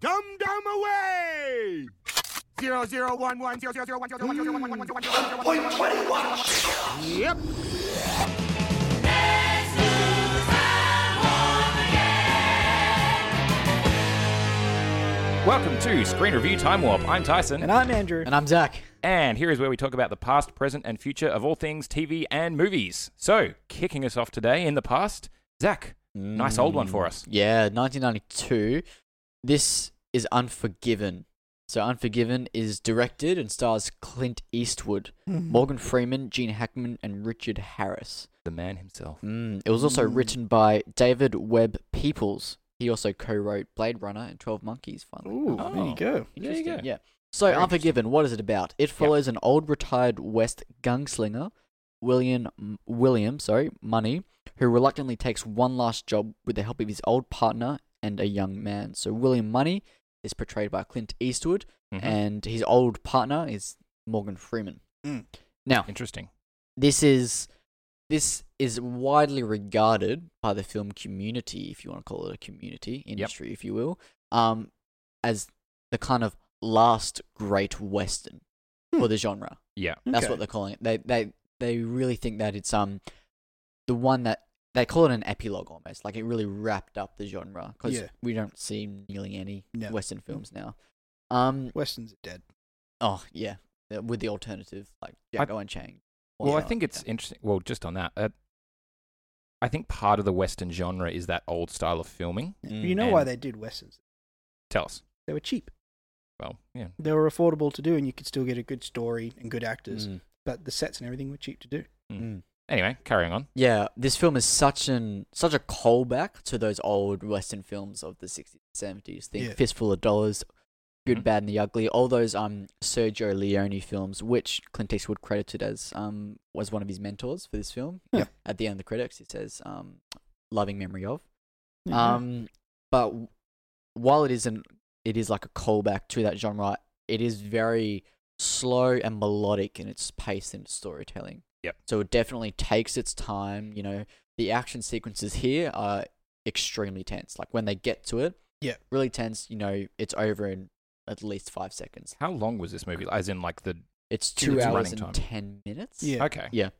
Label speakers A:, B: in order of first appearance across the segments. A: Dum dum away! Zero zero one one zero zero zero one zero zero one zero zero one one one zero one zero one zero one zero one. Yep.
B: Welcome to Screen Review Time Warp. I'm Tyson,
C: And I'm Andrew.
D: And I'm Zach.
B: and here is where we talk about the past, present, and future of all things TV and movies. So, kicking us off today in the past, Zach, nice old one for us.
D: Yeah, 1992. This is Unforgiven. So, Unforgiven is directed and stars Clint Eastwood, Morgan Freeman, Gene Hackman, and Richard Harris.
B: The man himself.
D: Mm, it was also written by David Webb Peoples. He also co wrote Blade Runner and 12 Monkeys, finally.
C: Ooh, there
B: Oh.
C: you
B: There
C: go.
B: you
D: Interesting.
B: go.
D: Yeah. So,
B: Very
D: Unforgiven, what is it about? It follows an old retired West gunslinger, William M- William, sorry, Money, who reluctantly takes one last job with the help of his old partner and a young man. So, William Money is portrayed by Clint Eastwood,
B: Mhm.
D: and his old partner is Morgan Freeman.
C: Mm.
D: Now,
B: Interesting.
D: this is this is widely regarded by the film community, if you want to call it a community industry, if you will, um, as the kind of last great western
B: Hmm.
D: for the genre.
B: Yeah.
D: That's
C: Okay.
D: what they're calling it. They they they really think that it's um the one that they call it an epilogue almost, like it really wrapped up the genre because
C: Yeah.
D: we don't see nearly any
C: No.
D: western
B: Hmm.
D: films now. Um,
C: Westerns are dead.
D: oh yeah, uh, with the alternative like
B: I-
D: Django Unchained.
B: Well, I
D: whatnot,
B: think it's
D: yeah.
B: interesting. Well, just on that, uh, I think part of the Western genre is that old style of filming.
D: Mm.
C: you know why
B: and-
C: they did westerns?
B: Tell us.
C: They were cheap.
B: Well, yeah.
C: They were affordable to do, and you could still get a good story and good actors.
D: Mm.
C: But the sets and everything were cheap to do.
D: Mm.
B: Anyway, carrying on.
D: Yeah, this film is such an such a callback to those old Western films of the sixties, seventies. Think
C: Yeah.
D: Fistful of Dollars, Good,
B: Mhm.
D: Bad, and the Ugly. All those um Sergio Leone films, which Clint Eastwood credited as um was one of his mentors for this film.
C: Yeah.
D: At the end of the credits, it says um loving memory of.
C: Mhm.
D: Um, but w- while it isn't, it is like a callback to that genre. It is very slow and melodic in its pace and its storytelling.
B: Yep.
D: So it definitely takes its time. You know, the action sequences here are extremely tense. Like when they get to it,
C: Yeah.
D: really tense. You know, it's over in at least five seconds.
B: How long was this movie? As in, like the.
D: It's
B: Two
D: two
B: minutes
D: hours
B: running
D: and
B: time.
D: ten minutes.
C: yeah.
B: Okay.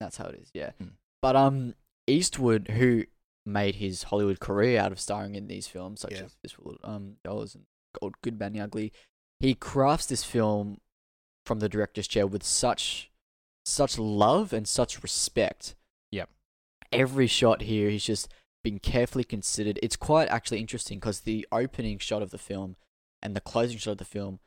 D: That's how it is, yeah.
B: Hmm.
D: But um, Eastwood, who made his Hollywood career out of starring in these films such
C: Yeah.
D: as Fistful of um, Dollars and Gold, Good, Bad, and the Ugly, he crafts this film from the director's chair with such, such love and such respect.
B: Yep.
D: Every shot here, he's just been carefully considered. It's quite actually interesting because the opening shot of the film and the closing shot of the film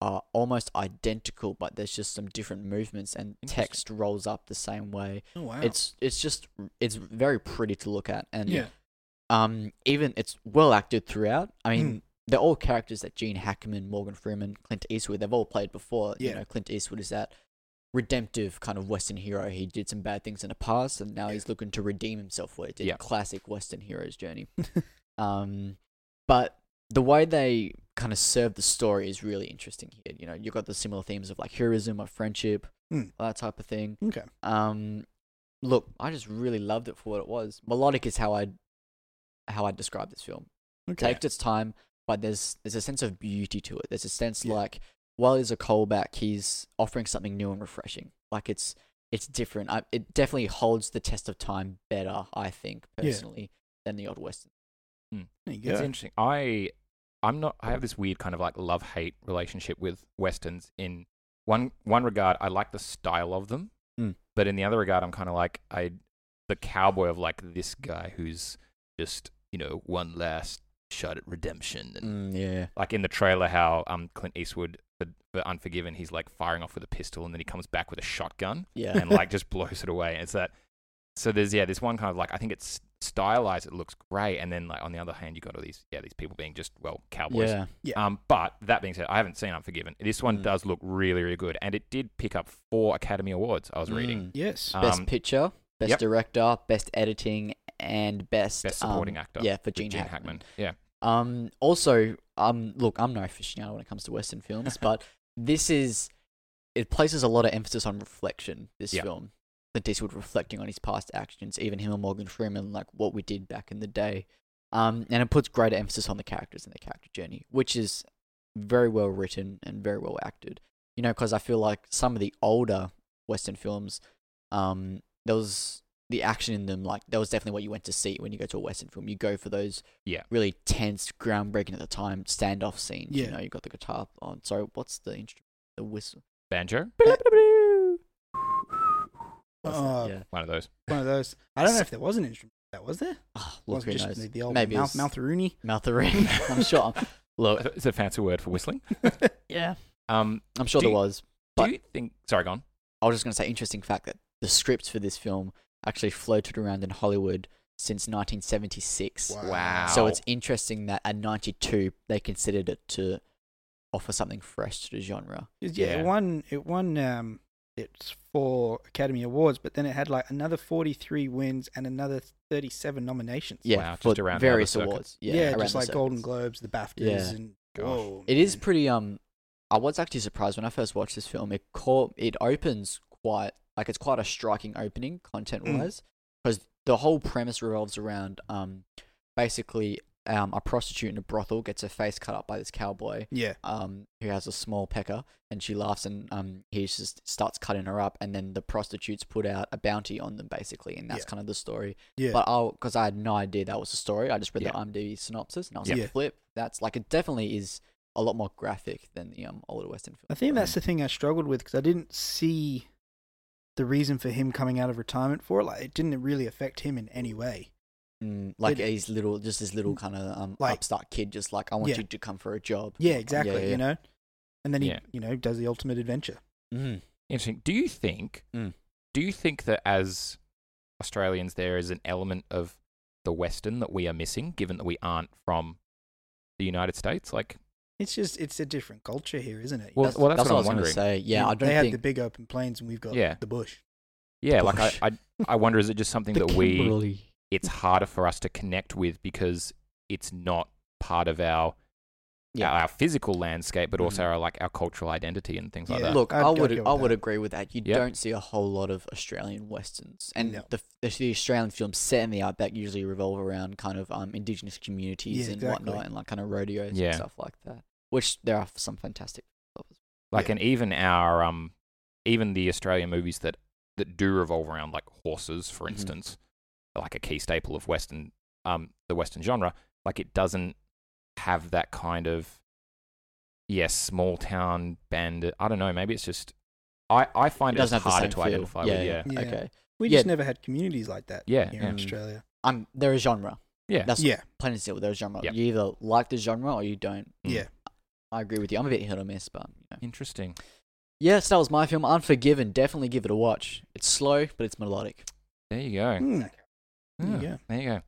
D: are almost identical, but there's just some different movements and
B: Interesting.
D: text rolls up the same way.
C: Oh wow.
D: It's it's just it's very pretty to look at, and
C: yeah.
D: um even it's well acted throughout. I mean,
C: Mm.
D: they're all characters that Gene Hackman, Morgan Freeman, Clint Eastwood they've all played before. You
C: Yeah.
D: know, Clint Eastwood is that redemptive kind of Western hero. He did some bad things in the past, and now he's looking to redeem himself. What he did,
B: Yeah.
D: classic Western hero's journey. Um, but the way they kind of serve the story is really interesting here. You know, you've got the similar themes of like heroism, of friendship,
C: Mm.
D: that type of thing.
C: Okay.
D: Um, look, I just really loved it for what it was. Melodic is how I how I describe this film. It
C: Okay.
D: takes its time, but there's there's a sense of beauty to it. There's a sense
C: Yeah.
D: like while he's a callback, he's offering something new and refreshing. Like it's it's different. I, it definitely holds the test of time better, I think
C: Yeah.
D: personally, than the old western.
C: There you
B: It's
C: go.
B: interesting. I I'm not I have this weird kind of like love hate relationship with westerns in one one regard I like the style of them.
D: Mm.
B: But in the other regard I'm kind of like I the cowboy of like this guy who's just, you know, one last shot at redemption and
D: yeah.
B: like in the trailer how um Clint Eastwood for, for Unforgiven he's like firing off with a pistol and then he comes back with a shotgun
D: Yeah.
B: and like just blows it away. It's that so there's yeah this one kind of like I think it's stylized, it looks great, and then like on the other hand you got all these yeah these people being just well cowboys.
D: Yeah.
B: Um, but that being said, I haven't seen Unforgiven. This one
D: Mm.
B: does look really really good, and it did pick up four Academy Awards. I was reading.
D: Mm.
C: Yes.
B: Um,
D: Best picture, best
B: yep.
D: director, best editing, and best
B: Best Supporting
D: um,
B: Actor
D: Yeah, for
B: with
D: Gene, Hackman.
B: Yeah.
D: Um, also, um, look, I'm no aficionado when it comes to Western films, but this is it places a lot of emphasis on reflection. This
B: Yeah.
D: film, Clint Eastwood reflecting on his past actions, even him and Morgan Freeman, like what we did back in the day. Um, and it puts greater emphasis on the characters and the character journey, which is very well written and very well acted. You know, because I feel like some of the older Western films, um, there was the action in them, like, that was definitely what you went to see when you go to a Western film. You go for those
B: Yeah.
D: really tense, groundbreaking at the time standoff scenes. You
C: Yeah.
D: know, you got the guitar on. Sorry, what's the instrument? The whistle.
B: Banjo,
D: What's
C: Uh,
D: that? Yeah.
B: one of those.
C: One of those. I don't know if there was an instrument that was there.
D: Oh,
C: Was
D: look,
C: it just
D: who knows?
C: the, the old
D: Maybe
C: mouth,
D: mouth,
C: mouth Rooney?
D: mouth ring. I'm sure. Look,
B: It's a fancy word for whistling.
D: yeah,
B: Um,
D: I'm sure
B: Do
D: there
B: you-
D: was.
B: do
D: But-
B: you think? Sorry, gone.
D: I was just going to say, interesting fact that the scripts for this film actually floated around in Hollywood since 1976.
B: Wow.
D: So it's interesting that at 92 they considered it to offer something fresh to the genre.
C: 'Cause, Yeah,
B: Yeah.
C: it won. It won. Um, it's four Academy Awards, but then it had like another forty-three wins and another thirty-seven nominations.
D: Yeah,
B: Wow,
D: for
B: just around how the
D: various
B: circuit-
D: awards. Yeah,
C: yeah,
D: around
C: just
D: the
C: like Golden
D: circuits.
C: Globes, the BAFTAs,
D: Yeah.
C: and
B: Gosh.
C: whoa,
D: It is
C: man.
D: pretty. Um, I was actually surprised when I first watched this film. It caught. It opens quite like it's quite a striking opening content wise, because the whole premise revolves around um, basically um, a prostitute in a brothel gets her face cut up by this cowboy
C: yeah,
D: um, who has a small pecker, and she laughs, and um, he just starts cutting her up, and then the prostitutes put out a bounty on them, basically, and that's
C: Yeah.
D: kind of the story.
C: yeah.
D: But I, because I had no idea that was the story, I just read
B: Yeah.
D: the IMDb synopsis, and I was
C: Yeah.
D: like, "Flip, that's like it definitely is a lot more graphic than the um older Western Um, film."
C: I think that's the thing I struggled with because I didn't see the reason for him coming out of retirement for it. Like, it didn't really affect him in any way.
D: Mm, like
C: it- Mm.
D: he's little, just this little kind of um
C: Like-
D: upstart kid, just like I want
C: Yeah.
D: you to come for a job.
C: Yeah, exactly.
D: yeah.
C: You know, and then he,
B: Yeah.
C: you know, does the ultimate adventure.
D: Mm.
B: Interesting. Do you think?
D: Mm.
B: Do you think that as Australians, there is an element of the Western that we are missing, given that we aren't from the United States? Like,
C: It's just it's a different culture here, isn't it?
B: Well,
D: That's,
B: that's
D: that's
B: what
D: what,
B: I'm
D: I was going to say. Yeah,
C: You-
D: I don't
C: they have
D: think
C: the big open plains and we've got
B: Yeah.
C: the bush.
B: yeah, like
D: Bush.
B: I, I, I wonder, is it just something that we?
D: Kimberley.
B: it's harder for us to connect with because it's not part of our
D: Yeah.
B: our, our physical landscape, but also
D: Mhm.
B: our like our cultural identity and things like
C: Yeah.
B: that.
D: Look,
C: I'd-
D: i
C: I'd
D: would
C: go with
D: I would
C: that.
D: agree with that. You
B: Yeah.
D: don't see a whole lot of Australian westerns, and
C: No.
D: the, the the Australian films set in the outback usually revolve around kind of um indigenous communities
C: Yeah,
D: and
C: exactly.
D: whatnot, and like kind of rodeos
B: Yeah.
D: and stuff like that. Which there are some fantastic.
B: like,
C: yeah.
B: and even our um, even the Australian movies that that do revolve around like horses, for
D: Mhm.
B: instance, like a key staple of Western um the Western genre. Like, it doesn't have that kind of yes, small town bandit. I don't know. Maybe it's just I I find
D: It
B: it,
D: doesn't have the
B: harder
D: same
B: to
D: feel.
B: identify
D: yeah,
B: with. Yeah.
C: Yeah.
D: Okay.
C: We
D: Yeah.
C: just never had communities like that
B: Yeah,
C: here
B: yeah.
C: in Australia.
D: I'm they're a Um, genre.
B: Yeah.
D: That's
C: yeah,
D: plain and simple. They're a genre.
B: Yep.
D: You either like the genre or you don't.
B: Mm.
C: yeah.
D: I agree with you. I'm a bit hit or miss, but you know.
B: Interesting.
D: Yes, that was my film, Unforgiven. Definitely give it a watch. It's slow, but it's melodic.
B: There you go.
C: Hmm. There you
B: Yeah,
C: go.
B: There you go.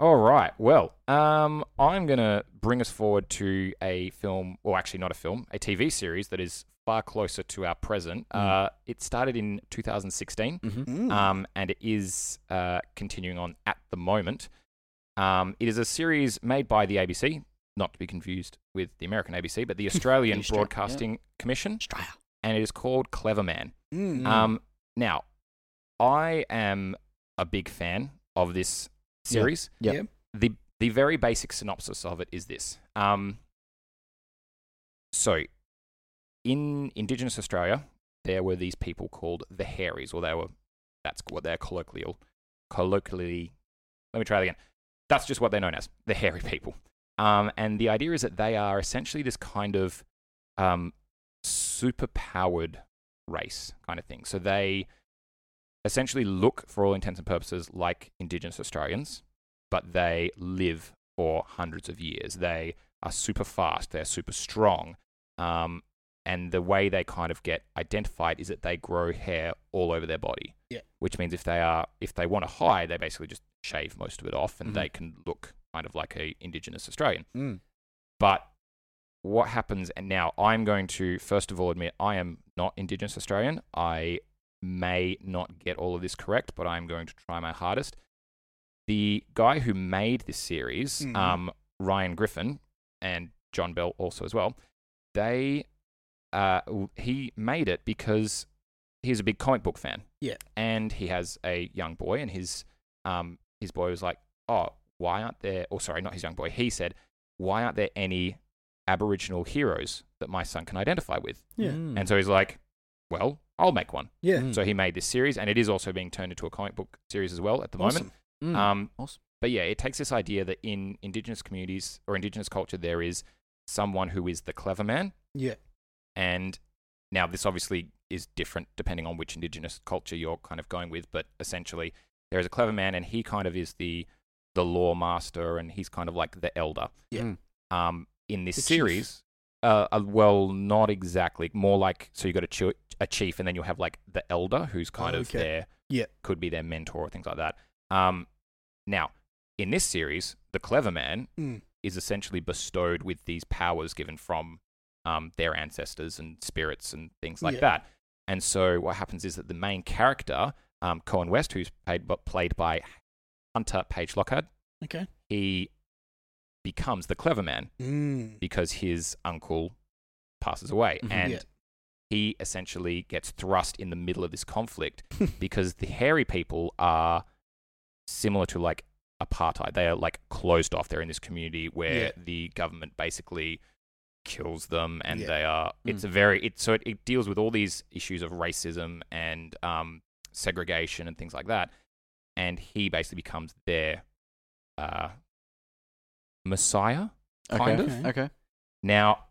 B: All right. Well, um, I'm going to bring us forward to a film, or actually not a film, a TV series that is far closer to our present.
D: Mm.
B: Uh, it started in 2016,
D: Mm-hmm.
C: Hmm.
B: um, and it is uh, continuing on at the moment. Um, it is a series made by the ABC, not to be confused with the American ABC, but the Australian
D: Austra- yeah.
B: Broadcasting Commission,
D: Australia.
B: and it is called Clever Man.
C: Hmm.
D: Mm.
B: Um, now, I am a big fan of this
D: Yeah.
B: series.
D: Yeah.
C: Yep.
B: The the very basic synopsis of it is this. Um, so, in Indigenous Australia, there were these people called the Hairies, or they were that's what they're colloquial colloquially. Let me try that again. That's just what they're known as, the hairy people. Um, and the idea is that they are essentially this kind of um, superpowered race kind of thing. So they essentially look, for all intents and purposes, like Indigenous Australians, but they live for hundreds of years. They are super fast, they're super strong. Um, and the way they kind of get identified is that they grow hair all over their body.
C: Yeah.
B: Which means if they are if they want to hide, they basically just shave most of it off and
D: Mhm.
B: they can look kind of like a indigenous Australian.
D: Mm.
B: But what happens and now I'm going to first of all admit I am not Indigenous Australian. I may not get all of this correct, but I'm going to try my hardest. The guy who made this series,
C: Mhm.
B: um, Ryan Griffin and John Bell also as well, they uh, w- he made it because he's a big comic book fan.
C: Yeah.
B: And he has a young boy and his um his boy was like, Oh, why aren't there, or sorry, not his young boy, he said, why aren't there any Aboriginal heroes that my son can identify with?
C: Yeah.
D: Mm.
B: And so he's like, well, I'll make one.
C: Yeah.
D: Mm.
B: So he made this series, and it is also being turned into a comic book series as well at the moment.
C: Awesome.
D: Mm.
B: Um,
D: Awesome.
B: But yeah, it takes this idea that in Indigenous communities or Indigenous culture, there is someone who is the clever man.
C: Yeah.
B: And now this obviously is different depending on which Indigenous culture you're kind of going with, but essentially there is a clever man, and he kind of is the the law master, and he's kind of like the elder.
C: Yeah.
D: Mm.
B: Um, in this
C: The chief.
B: series, uh, uh, well, not exactly. More like so you got a, chi- a chief, and then you'll have like the elder, who's kind
C: Oh,
B: of
C: okay.
B: their
C: Yeah.
B: could be their mentor or things like that. Um, now in this series, the clever man
C: Mm.
B: is essentially bestowed with these powers given from um, their ancestors and spirits and things like
C: Yeah.
B: that. And so what happens is that the main character, um, Cohen West, who's paid, but played by Hunter Page Lockhart,
C: Okay.
B: he becomes the clever man
C: Mm. Mm-hmm.
B: because his uncle passes away.
D: Mhm.
B: And
C: Yeah.
B: he essentially gets thrust in the middle of this conflict because the hairy people are similar to like apartheid. They are like closed off. They're in this community where
C: Yeah.
B: the government basically kills them and
C: Yeah. Mm.
B: they are it's a very it so it, it deals with all these issues of racism and um segregation and things like that and he basically becomes their uh messiah
D: Okay.
B: kind
C: of.
D: Okay.
B: now,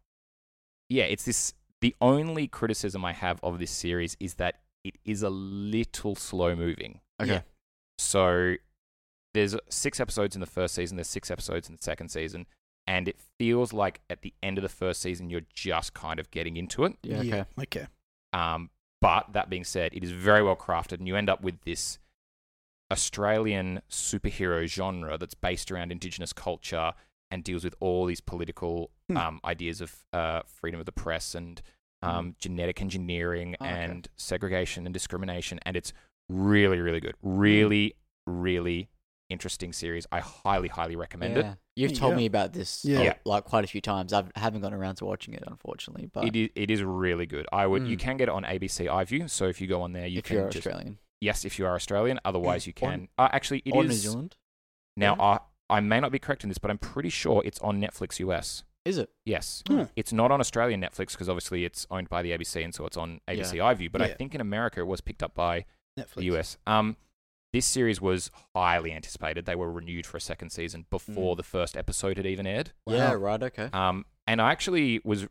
B: yeah, it's this. The only criticism I have of this series is that it is a little slow moving.
D: Okay.
C: Yeah.
B: So there's six episodes in the first season, there's six episodes in the second season, and it feels like at the end of the first season, you're just kind of getting into it.
D: Yeah. Okay.
C: Okay.
B: Um, but that being said, it is very well crafted, and you end up with this Australian superhero genre that's based around Indigenous culture and deals with all these political
C: Hmm.
B: um, ideas of uh, freedom of the press and um, genetic engineering
D: Hmm. Oh, okay.
B: and segregation and discrimination. And it's really, really good.
D: Hmm.
B: Really, really interesting series. I highly, highly recommend it.
D: Yeah. You've
C: There you
D: told
C: go.
D: me about this
C: Yeah.
D: uh,
B: Yeah.
D: like quite a few times. I've, I haven't gotten around to watching it, unfortunately. But
B: It is, it is really good. I would you
D: Mm.
B: can get it on ABC iView, so if you go on there, you
D: if
B: can
D: you're
B: just
D: Australian
B: yes, if you are Australian. Otherwise,
C: Mm.
B: you
D: Or-
B: can. uh, actually, it is
D: or New Zealand,
B: now.
D: yeah.
B: I I may not be correct in this, but I'm pretty sure it's on Netflix US.
D: is it?
B: Yes,
C: Hmm.
B: it's not on Australian Netflix because obviously it's owned by the ABC, and so it's on ABC iView. But I
C: Yeah.
B: think in America it was picked up by
C: Netflix.
B: the US. Um, this series was highly anticipated. They were renewed for a second season before the first episode had even aired.
D: Yeah.
C: Mm. Wow.
D: Right. Okay.
B: Um, and I actually was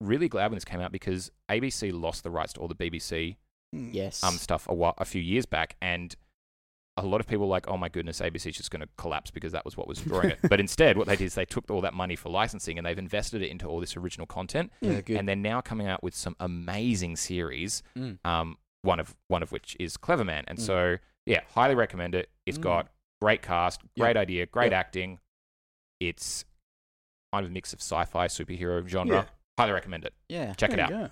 B: really glad when this came out because ABC lost the rights to all the BBC
C: Mm.
D: yes.
B: um, stuff a, while, a few years back, and a lot of people were like, oh my goodness, ABC's just going to collapse because that was what was drawing it. But instead, what they did is they took all that money for licensing and they've invested it into all this original content,
C: Mm.
D: yeah. Good.
B: and they're now coming out with some amazing series.
D: Mm.
B: Um, one of one of which is Clever Man, and
D: Mm.
B: so yeah, highly recommend it. It's
D: Mm.
B: got great cast, great idea, great
D: Yeah.
B: acting. It's kind of a mix of sci-fi superhero genre. Highly recommend it.
D: yeah.
B: Check it
C: There
B: out.
C: you go.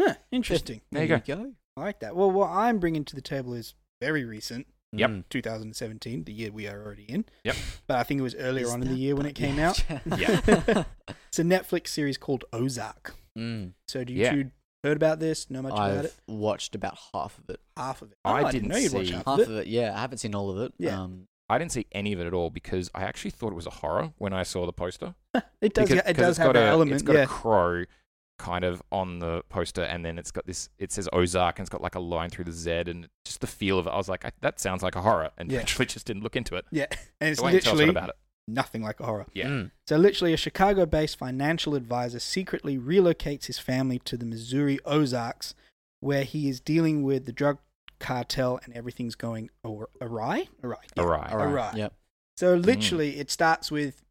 C: Huh, interesting.
B: There you
C: I like that. Well, what I'm bringing to the table is very recent,
B: Yep.
D: Mm.
C: 2017, the year we are already in.
B: Yep.
C: But I think it was earlier
D: Is
C: on in
D: that
C: the year when it
D: the-
C: came out.
D: Yeah.
C: It's a Netflix series called Ozark.
D: Mm.
C: So do you
B: Yeah.
C: two heard about this? Know much about
D: I've
C: it?
D: watched about half of it.
C: Half of it.
B: I
C: Oh,
B: didn't
C: know you'd watch
B: see-
C: half,
D: Half
C: of it.
D: of it. Yeah. I haven't seen all of it.
C: Yeah.
D: Um,
B: I didn't see any of it at all because I actually thought it was a horror when I saw the poster.
C: It does.
B: Because-
C: it
B: 'cause
C: does
B: it's
C: have
B: got
C: that
B: a, It's
C: element.
B: got
C: yeah.
B: a crow kind of on the poster, and then it's got this. It says Ozark, and it's got like a line through the Z, and just the feel of it. I was like, I, that sounds like a horror, and
C: Yeah.
B: literally just didn't look into it.
C: yeah. And it's
B: It won't tell us what
C: literally
B: about it.
C: nothing like a horror.
B: Yeah.
D: mm.
C: So literally, a Chicago-based financial advisor secretly relocates his family to the Missouri Ozarks, where he is dealing with the drug cartel and everything's going awry. Awry. Awry. yeah.
B: Awry.
C: Awry.
D: Yep.
C: So literally, it starts with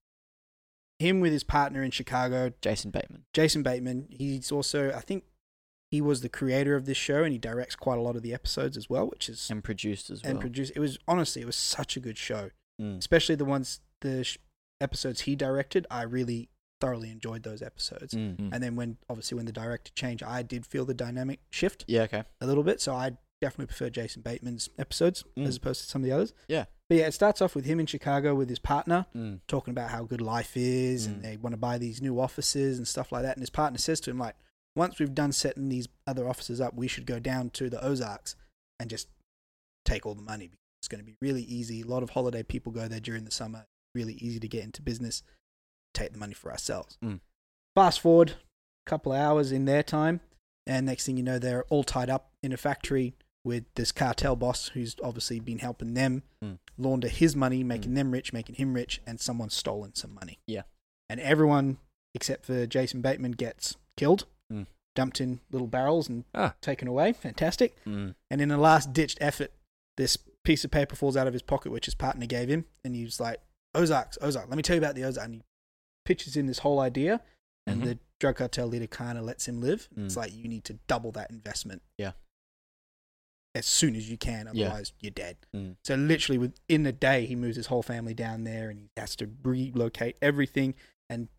C: him with his partner in Chicago,
D: Jason Bateman.
C: Jason Bateman. He's also, I think, he was the creator of this show, and he directs quite a lot of the episodes as well, which is
D: And produced as well.
C: and produced. It was honestly, it was such a good show,
D: Mm.
C: especially the ones the sh- episodes he directed. I really thoroughly enjoyed those episodes.
D: Mm.
B: Mm.
C: And then when obviously when the director changed, I did feel the dynamic shift
D: Yeah. Okay.
C: a little bit. So I definitely prefer Jason Bateman's episodes
D: Mm.
C: as opposed to some of the others.
D: Yeah.
C: But yeah, it starts off with him in Chicago with his partner
D: Mm.
C: talking about how good life is
D: Mm.
C: and they want to buy these new offices and stuff like that. And his partner says to him, like, once we've done setting these other offices up, we should go down to the Ozarks and just take all the money. It's going to be really easy. A lot of holiday people go there during the summer. really easy to get into business, take the money for ourselves.
D: Mm.
C: Fast forward a couple of hours in their time, and next thing you know, they're all tied up in a factory with this cartel boss who's obviously been helping them
D: Mm.
C: launder his money, making them rich, making him rich, and someone's stolen some money.
D: Yeah.
C: And everyone except for Jason Bateman gets killed,
D: Mm.
C: dumped in little barrels and
B: Ah.
C: taken away. Fantastic.
D: Mm.
C: And in a last ditched effort, this piece of paper falls out of his pocket, which his partner gave him. And he was like, Ozarks, Ozark, let me tell you about the Ozark. And he pitches in this whole idea. And
D: Mhm.
C: the drug cartel leader kind of lets him live. And It's
D: Mm.
C: like, you need to double that investment.
D: Yeah.
C: As soon as you can.
D: Yeah.
C: Otherwise, you're dead.
D: Mm.
C: So, literally within a day, he moves his whole family down there and he has to relocate everything. And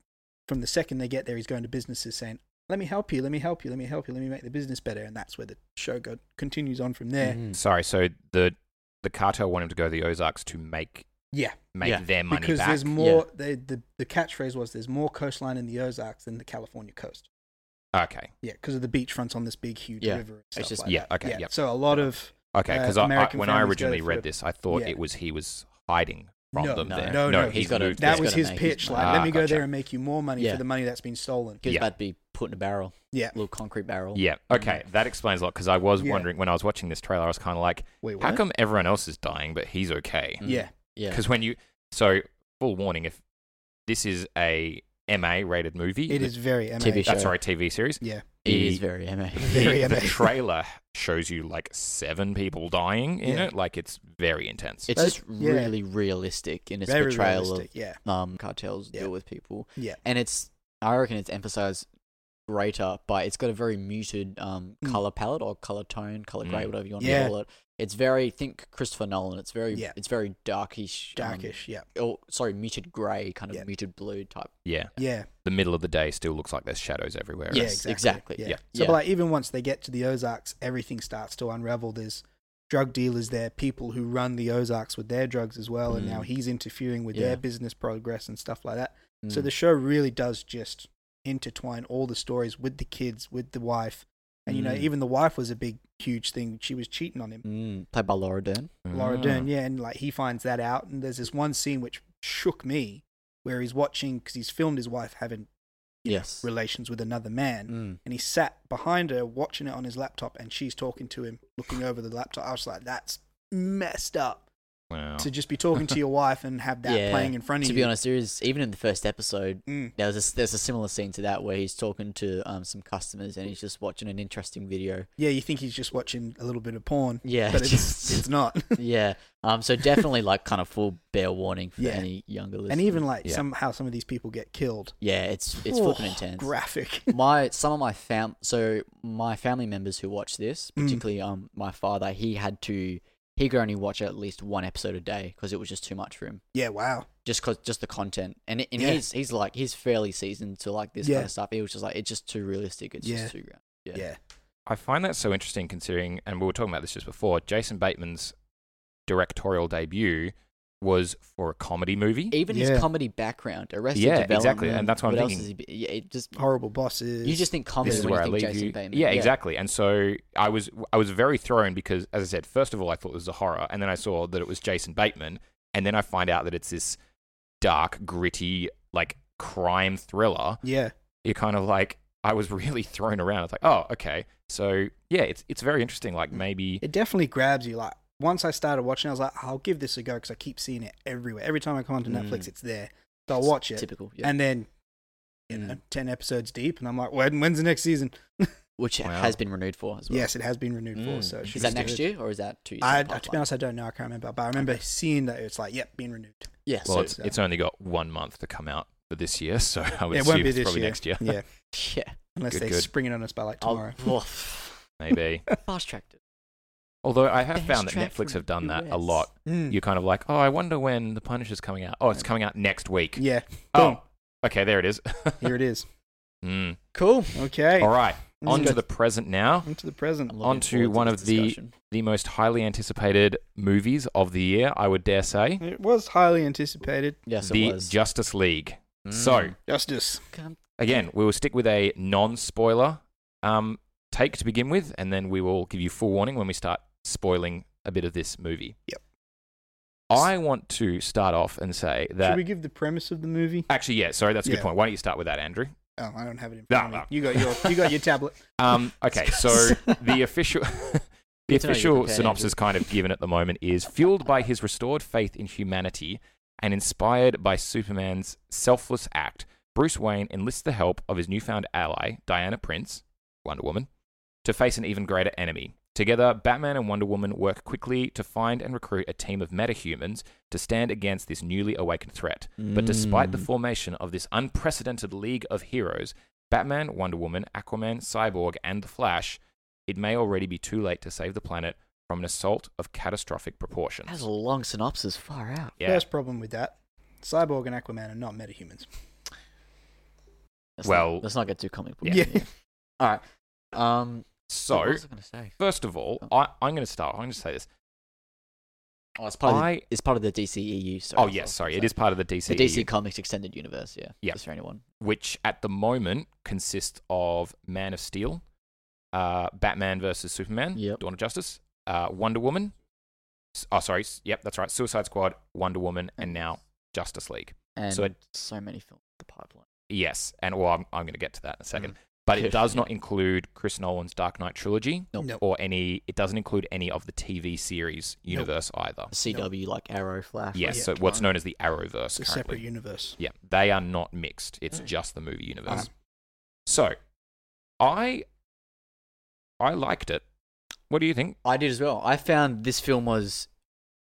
C: from the second they get there, he's going to businesses saying, let me help you, let me help you, let me help you, let me make the business better. And that's where the show go- continues on from there.
D: Mhm.
B: Sorry, so the the cartel want him to go to the Ozarks to make
C: Yeah,
B: make
D: Yeah,
B: their money
C: because
B: back.
C: there's more. They, the the catchphrase was "There's more coastline in the Ozarks than the California coast."
B: Okay,
C: Yeah, because of the beachfronts on this big, huge
D: Yeah.
C: river. And stuff
D: just-
C: like
B: yeah,
C: that.
B: okay, yep.
C: So a lot of
B: okay,
C: Uh,
B: because I,
C: American
B: when I
C: families go
B: originally
C: for-
B: read this, I thought
C: yeah.
B: it was he was hiding from
C: No,
B: them
D: no,
B: there.
C: no, no,
B: he's
D: he's gotta-
B: moved
D: Yeah.
C: that
B: there.
C: was
D: Gotta
C: his
D: make his
C: pitch.
D: money.
C: Like,
B: Ah,
C: let me go
B: gotcha.
C: there and make you more money
D: Yeah.
C: for the money that's been stolen.
D: Because
B: Yeah.
D: that'd be put in a barrel,
C: Yeah.
D: little concrete barrel.
B: Yeah, okay, that explains a lot. Because I was
C: Yeah.
B: wondering when I was watching this trailer, I was kind of like,
C: Wait,
B: how
C: what?
B: come everyone else is dying but he's okay?
D: Mm.
C: Yeah.
D: yeah.
B: Because when you so full warning, if this is a MA rated movie,
C: It is very MA.
D: TV show.
B: that's right TV series.
C: Yeah.
D: It
B: the-
D: is very MA.
C: Very
B: the, the
C: MA.
B: trailer shows you like seven people dying in
C: Yeah.
B: it. Like it's very intense.
D: It's
C: That's-
D: just
C: yeah.
D: really realistic in its
C: very
D: portrayal
C: realistic. Yeah,
D: of um, cartels
C: Yeah.
D: deal with people.
C: Yeah.
D: and it's I reckon it's emphasized greater, but it's got a very muted um,
C: Mm.
D: color palette or color tone, color grade,
B: Mm.
D: whatever you want to
C: Yeah.
D: call it. It's very think Christopher Nolan. It's very
C: Yeah.
D: it's very darkish, um,
C: darkish. Yeah,
D: oh, sorry, muted gray, kind of
C: Yeah.
D: muted blue type.
B: yeah,
C: yeah.
B: the middle of the day still looks like there's shadows everywhere.
D: Yeah.
C: Yeah,
D: Yes,
C: exactly.
D: exactly.
C: Yeah.
B: Yeah.
C: So,
D: Yeah.
C: but like, even once they get to the Ozarks, everything starts to unravel. There's drug dealers there, people who run the Ozarks with their drugs as well, and now
D: Mm.
C: he's interfering with
D: Yeah.
C: their business progress and stuff like that. So
D: Mm.
C: the show really does just intertwine all the stories with the kids, with the wife, and you know,
D: Mm.
C: even the wife was a big, huge thing. She was cheating on him,
D: Mm, played by Laura Dern.
C: Laura
B: Ah.
C: Dern, yeah, and like he finds that out. And there's this one scene which shook me, where he's watching because he's filmed his wife having
D: Yes.
C: relations with another man
D: Mm.
C: and he sat behind her watching it on his laptop and she's talking to him looking over the laptop i was like that's messed up
B: Wow.
C: to just be talking to your wife and have that
D: Oh. Yeah,
C: playing in front of
D: To
C: you
D: be honest, there is even in the first episode,
C: Mm.
D: there was a, there's a similar scene to that where he's talking to um, some customers and he's just watching an interesting video.
C: yeah you think he's just watching a little bit of porn
D: Yeah,
C: but it's,
D: just-
C: it's not
D: yeah. Um. So definitely like kind of full bear warning for
C: Yeah.
D: any younger listeners.
C: and even like
B: Yeah.
C: somehow some of these people get killed
D: yeah, it's it's
C: Oh,
D: flipping intense.
C: graphic
D: my some of my fam so my family members who watch this,
C: Mm.
D: particularly um my father, he had to he could only watch at least one episode a day because it was just too much for him.
C: yeah wow
D: just cause just the content and it- and
C: Yeah.
D: he's he's like he's fairly seasoned to like this
C: Yeah.
D: kind of stuff. He was just like it's just too realistic. It's
C: Yeah.
D: just too grand.
C: yeah,
D: Yeah.
B: I find that so interesting considering, and we were talking about this just before, Jason Bateman's directorial debut was for a comedy movie.
D: Even
C: Yeah.
D: his comedy background, Arrested
B: Yeah,
D: Development,
B: exactly, and that's what I'm
D: else
B: thinking.
D: has he been- yeah, it just
C: horrible bosses
D: you just think comedy
B: this is
D: when
B: where I
D: you think
B: leave
D: Jason
B: you.
D: Bateman.
B: Yeah, exactly. And so I was I was very thrown because, as I said, first of all, I thought it was a horror, and then I saw that it was Jason Bateman, and then I find out that it's this dark, gritty, like crime thriller.
C: yeah
B: You're kind of like I was really thrown around. It's like, oh, okay. So yeah, it's it's very interesting. Like maybe
C: it definitely grabs you like once i started watching i was like i'll give this a go because i keep seeing it everywhere every time i come onto netflix
D: Mm.
C: it's there so i'll watch it
D: Typical. Yeah. Mm-hmm.
C: And then, you know, 10 episodes deep, and I'm like, when, when's the next season?
D: Which
B: Wow.
D: has been renewed for as well.
C: Yes, it has been renewed for.
D: Mm.
C: So it should
D: is that
C: be
D: next
C: good.
D: year Oh, or is that two years?
C: I,
D: down the
C: to be honest, I don't know. I can't remember. But I remember seeing that it's like, yep, been renewed.
D: pipeline? Yeah.
B: Well,
D: so
B: it's, it's only got one month to come out for this year, so I would
C: uh, it
B: assume
C: won't be
B: it's
C: this
B: probably
C: year.
B: next year.
C: Yeah.
D: yeah.
C: Unless
B: Good,
C: they
B: good.
C: spring it on us by like
D: I'll-
C: tomorrow.
D: well,
B: Maybe.
D: fast tracked it.
B: Although I have
D: Best
B: found that
D: track
B: Netflix
D: from
B: have done that a
D: US.
B: lot.
C: Mm.
B: You're kind of like, oh, I wonder when The Punisher's coming out. Oh, it's coming out next week.
C: Yeah.
B: Oh, okay, there it is.
C: Here it is.
B: Mm.
D: Cool.
C: Okay.
B: All right,
C: Let's
B: on
C: go
B: to the present now.
C: on to the present.
D: I'm looking
B: On to
D: forward
B: one
D: this
B: of the-
D: discussion.
B: The most highly anticipated movies of the year, I would dare say,
C: It was highly anticipated.
D: yes,
B: the
D: it was. Mm.
B: Justice League. So
C: Justice.
D: Come-
B: again, we will stick with a non-spoiler um, take to begin with, and then we will give you full warning when we start spoiling a bit of this movie.
C: Yep.
B: I want to start off and say
C: Should
B: that.
C: we give the premise of the movie?
B: Actually, yeah, sorry, that's a good
C: Yeah.
B: point. Why don't you start with that, Andrew?
C: Oh, I don't have it in
B: No,
C: front
B: no.
C: of me. You got your you got your tablet.
B: Um, okay, so the official the
D: Good to know you're
B: official
D: prepared,
B: synopsis kind of given at the moment is fueled by his restored faith in humanity and inspired by Superman's selfless act, Bruce Wayne enlists the help of his newfound ally, Diana Prince, Wonder Woman, to face an even greater enemy. Together, Batman and Wonder Woman work quickly to find and recruit a team of metahumans to stand against this newly awakened threat. But despite the
D: Mm.
B: formation of this unprecedented League of Heroes, Batman, Wonder Woman, Aquaman, Cyborg, and The Flash, it may already be too late to save the planet from an assault of catastrophic proportions.
D: That's a long synopsis. Far out.
B: yeah.
C: First problem with that. Cyborg and Aquaman are not metahumans.
D: Let's
B: Well-
D: not, let's not get too comic book.
C: Yeah.
D: All right. Um.
B: So,
D: what was Oh. I gonna say?
B: First of all, I, I'm going to start. I'm going to say this.
D: Oh, it's part of
B: I-
D: the, it's part of the E DCEU. Sorry,
B: oh, yes, sorry. It is part of the DC,
D: the DC Comics Extended Universe. Yeah.
B: Yeah.
D: Just for anyone.
B: which at the moment consists of Man of Steel, uh, Batman versus Superman,
D: Yep.
B: Dawn of Justice, uh, Wonder Woman. s- Oh, sorry. s- Yep, that's right. Suicide Squad, Wonder Woman, and now Justice League.
D: And
B: So
D: so,
B: it-
D: many films. in The pipeline.
B: Yes, and well, I'm, I'm going to get to that in a second.
C: Mm.
B: But it does not include Chris Nolan's Dark Knight trilogy
D: Nope.
C: Nope.
B: or any. It doesn't include any of the TV series
C: Nope.
B: universe either.
D: CW like Arrow, Flash.
B: Yes,
C: Yeah.
B: so what's known as the Arrowverse
C: It's
B: currently.
C: a separate universe.
B: Yeah, they are not mixed. It's
D: Mm.
B: just the movie universe.
C: Uh-huh.
B: So, I I liked it. What do you think?
D: I did as well. I found this film was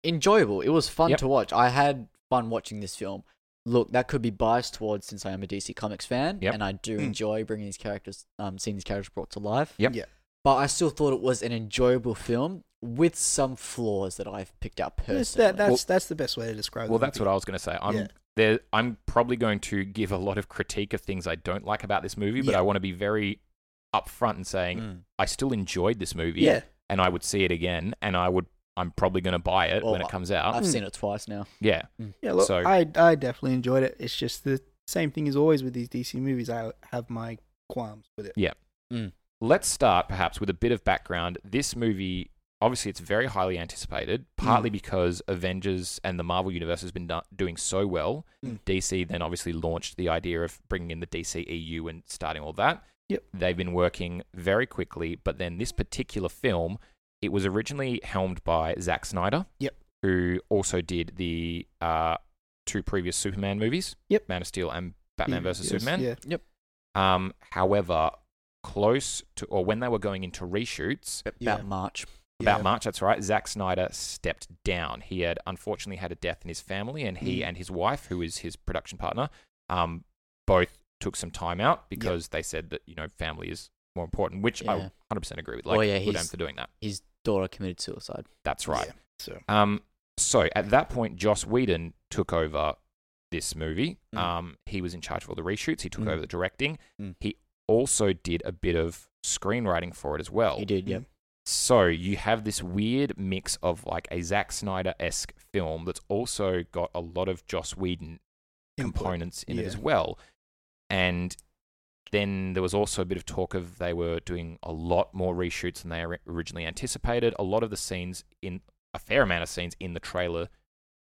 D: enjoyable. It was fun
B: Yep.
D: to watch. I had fun watching this film. Look, that could be biased towards since I am a DC Comics fan,
B: Yep.
D: and I do
C: Mm.
D: enjoy bringing these characters, um, seeing these characters brought to life.
B: Yep.
C: Yeah.
D: But I still thought it was an enjoyable film with some flaws that I've picked out personally.
C: It's That, that's that's the best way to describe
B: Well,
C: the
B: that's
C: movie.
B: what I was going to say. I'm
C: Yeah.
B: there. I'm probably going to give a lot of critique of things I don't like about this movie, but
C: Yeah.
B: I want to be very upfront in saying
D: Mm.
B: I still enjoyed this movie,
C: Yeah.
B: and I would see it again, and I would. I'm probably going to buy it when
D: Well,
B: it comes out. Mm.
D: I've
C: Hmm.
D: seen it twice now.
B: yeah,
C: Yeah, look,
B: So-
C: I I definitely enjoyed it. It's just the same thing as always with these DC movies. I have my qualms with it.
B: Let's start perhaps with a bit of background. This movie, obviously, it's very highly anticipated,
C: Mm.
B: partly because Avengers and the Marvel Universe has been do- doing so well.
C: Mm.
B: DC then obviously launched the idea of bringing in the DCEU and starting all that.
C: Yep.
B: They've been working very quickly, but then this particular film, it was originally helmed by Zack Snyder.
C: Yep.
B: Who also did the uh, two previous Superman movies.
C: Yep.
B: Man of Steel and Batman
C: Yeah,
B: versus
C: yes,
B: Superman.
C: Yeah.
B: Um, however, close to or when they were going into reshoots
C: Yeah.
D: About March.
B: about
C: Yeah.
B: March, that's right. Zack Snyder stepped down. He had unfortunately had a death in his family, and he
C: Mm.
B: and his wife, who is his production partner, um, both took some time out because they said that you know family is more important, which I
D: Yeah.
B: 100 percent agree with.
D: Well,
B: Like,
D: yeah,
B: good on
D: he's-
B: for doing that.
D: His daughter committed suicide.
B: That's right.
C: Yeah. So
B: Um, so at that point, Joss Whedon took over this movie.
D: Mm.
B: Um, he was in charge of all the reshoots. He took
D: Mm.
B: over the directing.
D: Mm.
B: He also did a bit of screenwriting for it as well.
D: He did,
C: Mm.
D: yeah.
B: So you have this weird mix of like a Zack Snyder esque film that's also got a lot of Joss Whedon
C: input.
B: components in it
C: Yeah.
B: as well. And then there was also a bit of talk of they were doing a lot more reshoots than they ori- originally anticipated. A lot of the scenes in a fair amount of scenes in the trailer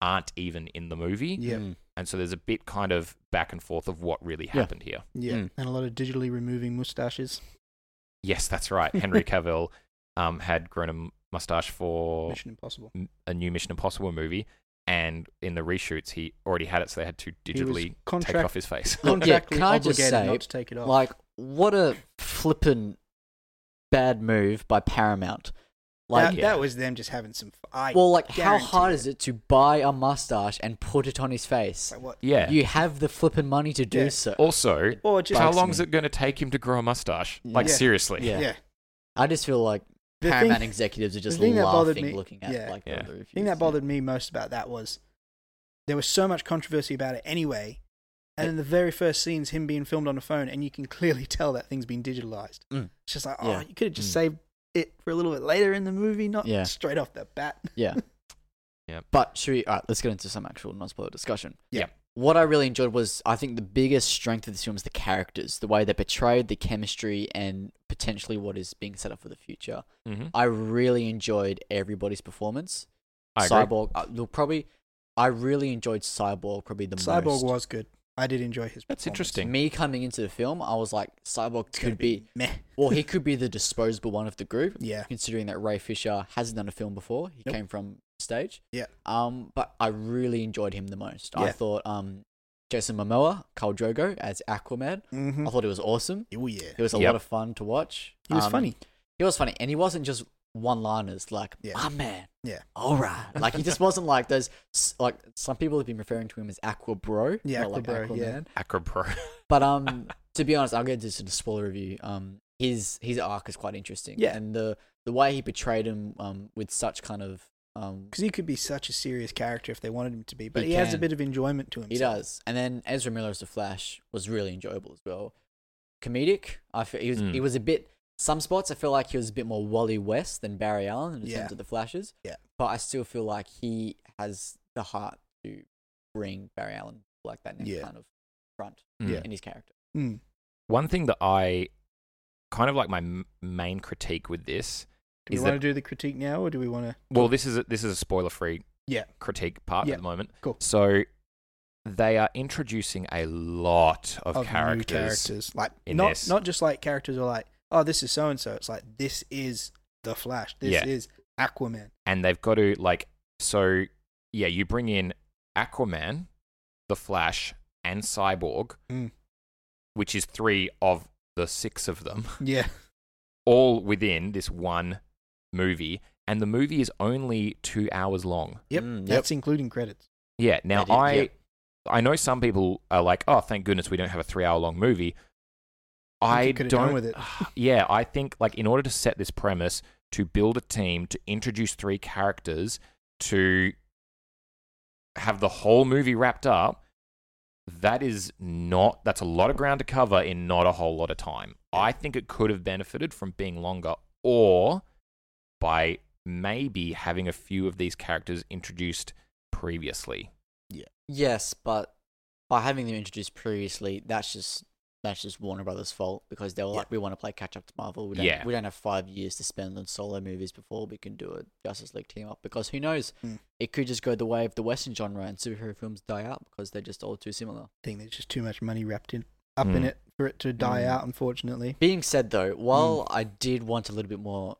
B: aren't even in the movie.
C: Yeah.
D: Mm.
B: And so there's a bit kind of back and forth of what really
D: Yeah.
B: happened here.
C: Yeah,
D: Mm.
C: and a lot of digitally removing mustaches.
B: Yes, that's right. Henry Cavill um, had grown a m- mustache for
C: Mission Impossible.
B: m- a new Mission Impossible movie. And in the reshoots, he already had it, so they had to
C: He was
B: digitally take
C: contract-
B: it off his face.
D: Look, yeah,
C: contractually
D: can I just
C: obligated
D: say,
C: not to take it off.
D: Like, what a flippin' bad move by Paramount. Like,
C: that,
B: yeah.
C: that was them just having some. f- I
D: well, like, how
C: guarantee
D: hard is it to buy a mustache and put it on his face?
C: Like, what?
B: Yeah.
D: You have the flippin' money to do
C: Yeah.
D: so.
B: also,
C: Or just
B: how
D: bugs
B: long is
D: me.
B: it going to take him to grow a mustache? Like
D: Yeah.
B: seriously.
D: Yeah.
C: Yeah.
D: I just feel like
C: The
D: Paramount
C: thing,
D: executives are just
C: the thing that bothered
D: laughing
C: me-
D: looking at
C: yeah.
D: like
B: Yeah.
D: the reviews.
C: thing that bothered me most about that was there was so much controversy about it anyway, and then the very first scene's him being filmed on a phone, and you can clearly tell that thing's been digitalized.
D: Mm.
C: It's just like, oh,
D: Yeah.
C: you could have just
D: Mm.
C: saved it for a little bit later in the movie, not
D: Yeah.
C: straight off the bat.
D: Yeah.
B: Yep.
D: But should we? All right, let's get into some actual non-spoiler discussion.
C: Yeah.
B: Yep.
D: What I really enjoyed was I think the biggest strength of this film is the characters, the way they portrayed the chemistry and potentially what is being set up for the future.
B: Mhm.
D: I really enjoyed everybody's performance.
B: I agree.
D: Cyborg, uh, look, probably I really enjoyed Cyborg probably the
C: Cyborg
D: most.
C: was good. I did enjoy his.
B: That's
C: performance.
B: interesting.
D: Me coming into the film, I was like, Cyborg
C: It's gonna
D: could be,
C: meh.
D: well, he could be the disposable one of the group,
C: Yeah,
D: considering that Ray Fisher hasn't done a film before. He
C: Nope.
D: came from stage.
C: Yeah.
D: Um, but I really enjoyed him the most. I
C: Yeah.
D: thought um, Jason Momoa, Carl Drogo as Aquaman.
C: mm-hmm.
D: I thought it was awesome.
C: oh yeah,
D: It was a
B: Yep.
D: lot of fun to watch.
C: he was
D: Um,
C: funny.
D: He was funny, and he wasn't just one-liners like
C: Yeah.
D: "My man."
C: Yeah.
D: All right. Like he just wasn't like those. s- Like some people have been referring to him as Aqua Bro.
C: Yeah,
D: not like
C: Aqua Bro, yeah.
D: Aquaman.
B: Acrobro.
D: But um, to be honest, I'll get into the spoiler review. Um, his his arc is quite interesting.
C: Yeah.
D: And the the way he portrayed him um with such kind of um
C: Because he could be such a serious character if they wanted him to be, but he,
D: He
C: has a
D: can.
C: bit of enjoyment to himself.
D: he does. And then Ezra Miller as the Flash was really enjoyable as well. Comedic. I feel he was
B: Mm.
D: he was a bit. Some spots I feel like he was a bit more Wally West than Barry Allen in
C: Yeah.
D: terms of the flashes.
C: Yeah.
D: But I still feel like he has the heart to bring Barry Allen like that next
C: Yeah.
D: kind of front
B: Yeah.
D: in his character.
C: Mm.
B: One thing that I kind of like my m- main critique with this.
C: Do we
B: Is that-
C: want to do the critique now, or do we want to?
B: Well, this is a, this is a spoiler free
C: Yeah.
B: critique part
C: Yeah.
B: at the moment.
C: Cool.
B: So they are introducing a lot of,
C: new
B: characters.
C: characters, like
B: in
C: not
B: this.
C: not just like characters are like, oh, this is so and so. It's like this is the Flash. This
B: Yeah.
C: is Aquaman.
B: and they've got to like so yeah you bring in aquaman the flash and cyborg
C: Mm.
B: which is three of the six of them
C: Yeah,
B: all within this one movie and the movie is only two hours long
C: yep,
D: Mm,
C: that's including credits.
B: yeah now
D: That is-
B: i
D: yeah.
B: i know some people are like oh thank goodness we don't have a three hour long movie i,
C: you
B: don't
C: could've done with it.
B: yeah i think like in order to set this premise to build a team to introduce three characters to have the whole movie wrapped up that is not that's a lot of ground to cover in not a whole lot of time i think it could have benefited from being longer or by maybe having a few of these characters introduced previously
D: Yes, but by having them introduced previously, that's just that's just Warner Brothers' fault because they were
C: Yeah.
D: like, we want to play catch up to Marvel. We don't,
B: Yeah.
D: we don't have five years to spend on solo movies before we can do a Justice League team up because who knows?
C: Mm.
D: It could just go the way of the Western genre and superhero films die out because they're just all too similar.
C: I think there's just too much money wrapped in up in
B: Mm.
C: it for it to die
D: Mm.
C: out. Unfortunately,
D: Being said though, while
C: Mm.
D: I did want a little bit more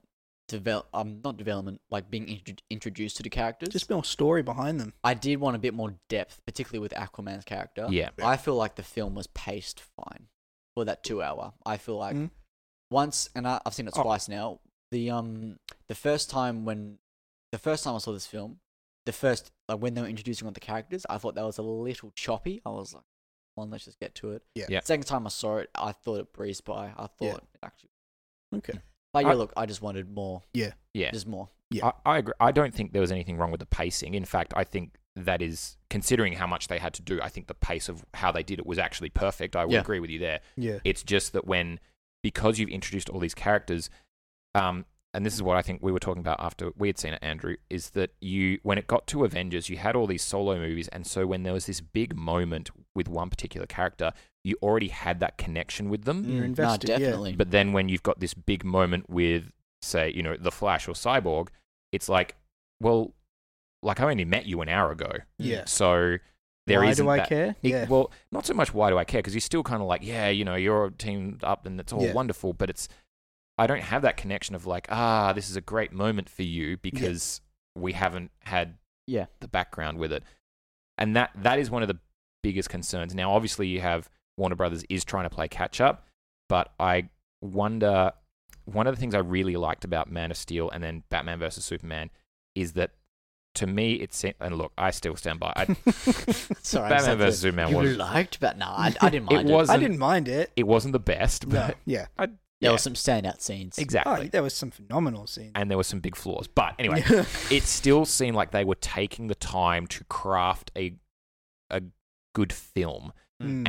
D: develop, um, not development, like being intro- introduced to the characters,
C: just more story behind them.
D: I did want a bit more depth, particularly with Aquaman's character.
B: yeah
D: I feel like the film was paced fine for that two hour. I feel like
C: Mm.
D: once, and I, I've seen it
C: Oh.
D: twice now. The um, the first time when, the first time I saw this film, the first like when they were introducing all the characters, I thought that was a little choppy. I was like, "One, let's just get to it."
C: Yeah.
B: Yeah.
D: Second time I saw it, I thought it breezed by. I thought
C: Yeah.
D: it actually,
B: Mm.
C: Okay,
D: but yeah,
B: I-
D: look, I just wanted more.
B: yeah
D: Just more.
C: Yeah.
B: I, I agree. I don't think there was anything wrong with the pacing. In fact, I think that is considering how much they had to do. I think the pace of how they did it was actually perfect. I would
D: Yeah.
B: agree with you there.
C: yeah,
B: It's just that when because you've introduced all these characters, um, and this is what I think we were talking about after we had seen it, Andrew, is that you when it got to Avengers, you had all these solo movies, and so when there was this big moment with one particular character, you already had that connection with them.
C: You're
D: Mm,
C: invested, yeah.
D: Nah, definitely.
B: But then when you've got this big moment with, say, you know, the Flash or Cyborg, it's like, well, like I only met you an hour ago,
C: yeah.
B: so there
C: Why
B: isn't
C: do I
B: that-
C: care?
B: it-
C: yeah,
B: Well, not so much why do I care because you're still kind of like, yeah, you know, you're teamed up and it's all
C: Yeah.
B: wonderful, but it's I don't have that connection of like, ah, this is a great moment for you because we haven't had
D: Yeah.
B: the background with it, and that that is one of the biggest concerns. Now, obviously, you have Warner Brothers is trying to play catch up, but I wonder one of the things I really liked about Man of Steel and then Batman versus Superman is that to me it's and look I still stand by I,
D: Sorry, I just
B: Batman
D: had to-
B: versus Superman
D: You
B: was
D: liked, but nah, I, I didn't mind it.
B: was-
C: I didn't mind it.
B: it wasn't the best,
C: No,
B: but
C: yeah,
D: There
B: yeah.
D: were some standout scenes.
C: oh,
B: exactly.
C: there was some phenomenal scenes.
B: And there were some big flaws, but anyway, it still seemed like they were taking the time to craft a a good film,
C: Mm.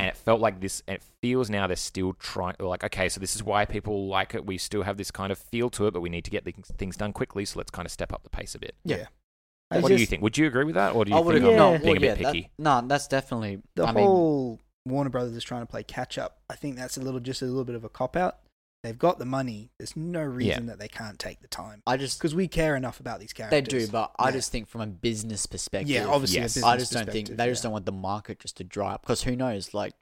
B: and it felt like this. And it feels now they're still trying, like, okay, so this is why people like it. We still have this kind of feel to it, but we need to get the things done quickly, so let's kind of step up the pace a bit.
C: yeah. I
B: What do you
C: just-
B: think? Would you agree with that, or do you
D: I would
B: think
D: have
B: I'm
C: no,
D: not
C: well,
B: being a bit picky?
D: no, that's definitely.
C: the
D: I mean,
C: whole Warner Brothers is trying to play catch up. I think that's a little just a little bit of a cop out They've got the money. There's no reason that they can't take the time
D: I just
C: because we care enough about these
D: they
C: characters.
D: do, but I
C: Yeah.
D: just think from a business perspective,
C: yeah, obviously. a
B: Yes.
C: business
D: I just don't think
C: perspective,
D: they
C: yeah.
D: just don't want the market just to dry up because who knows? Like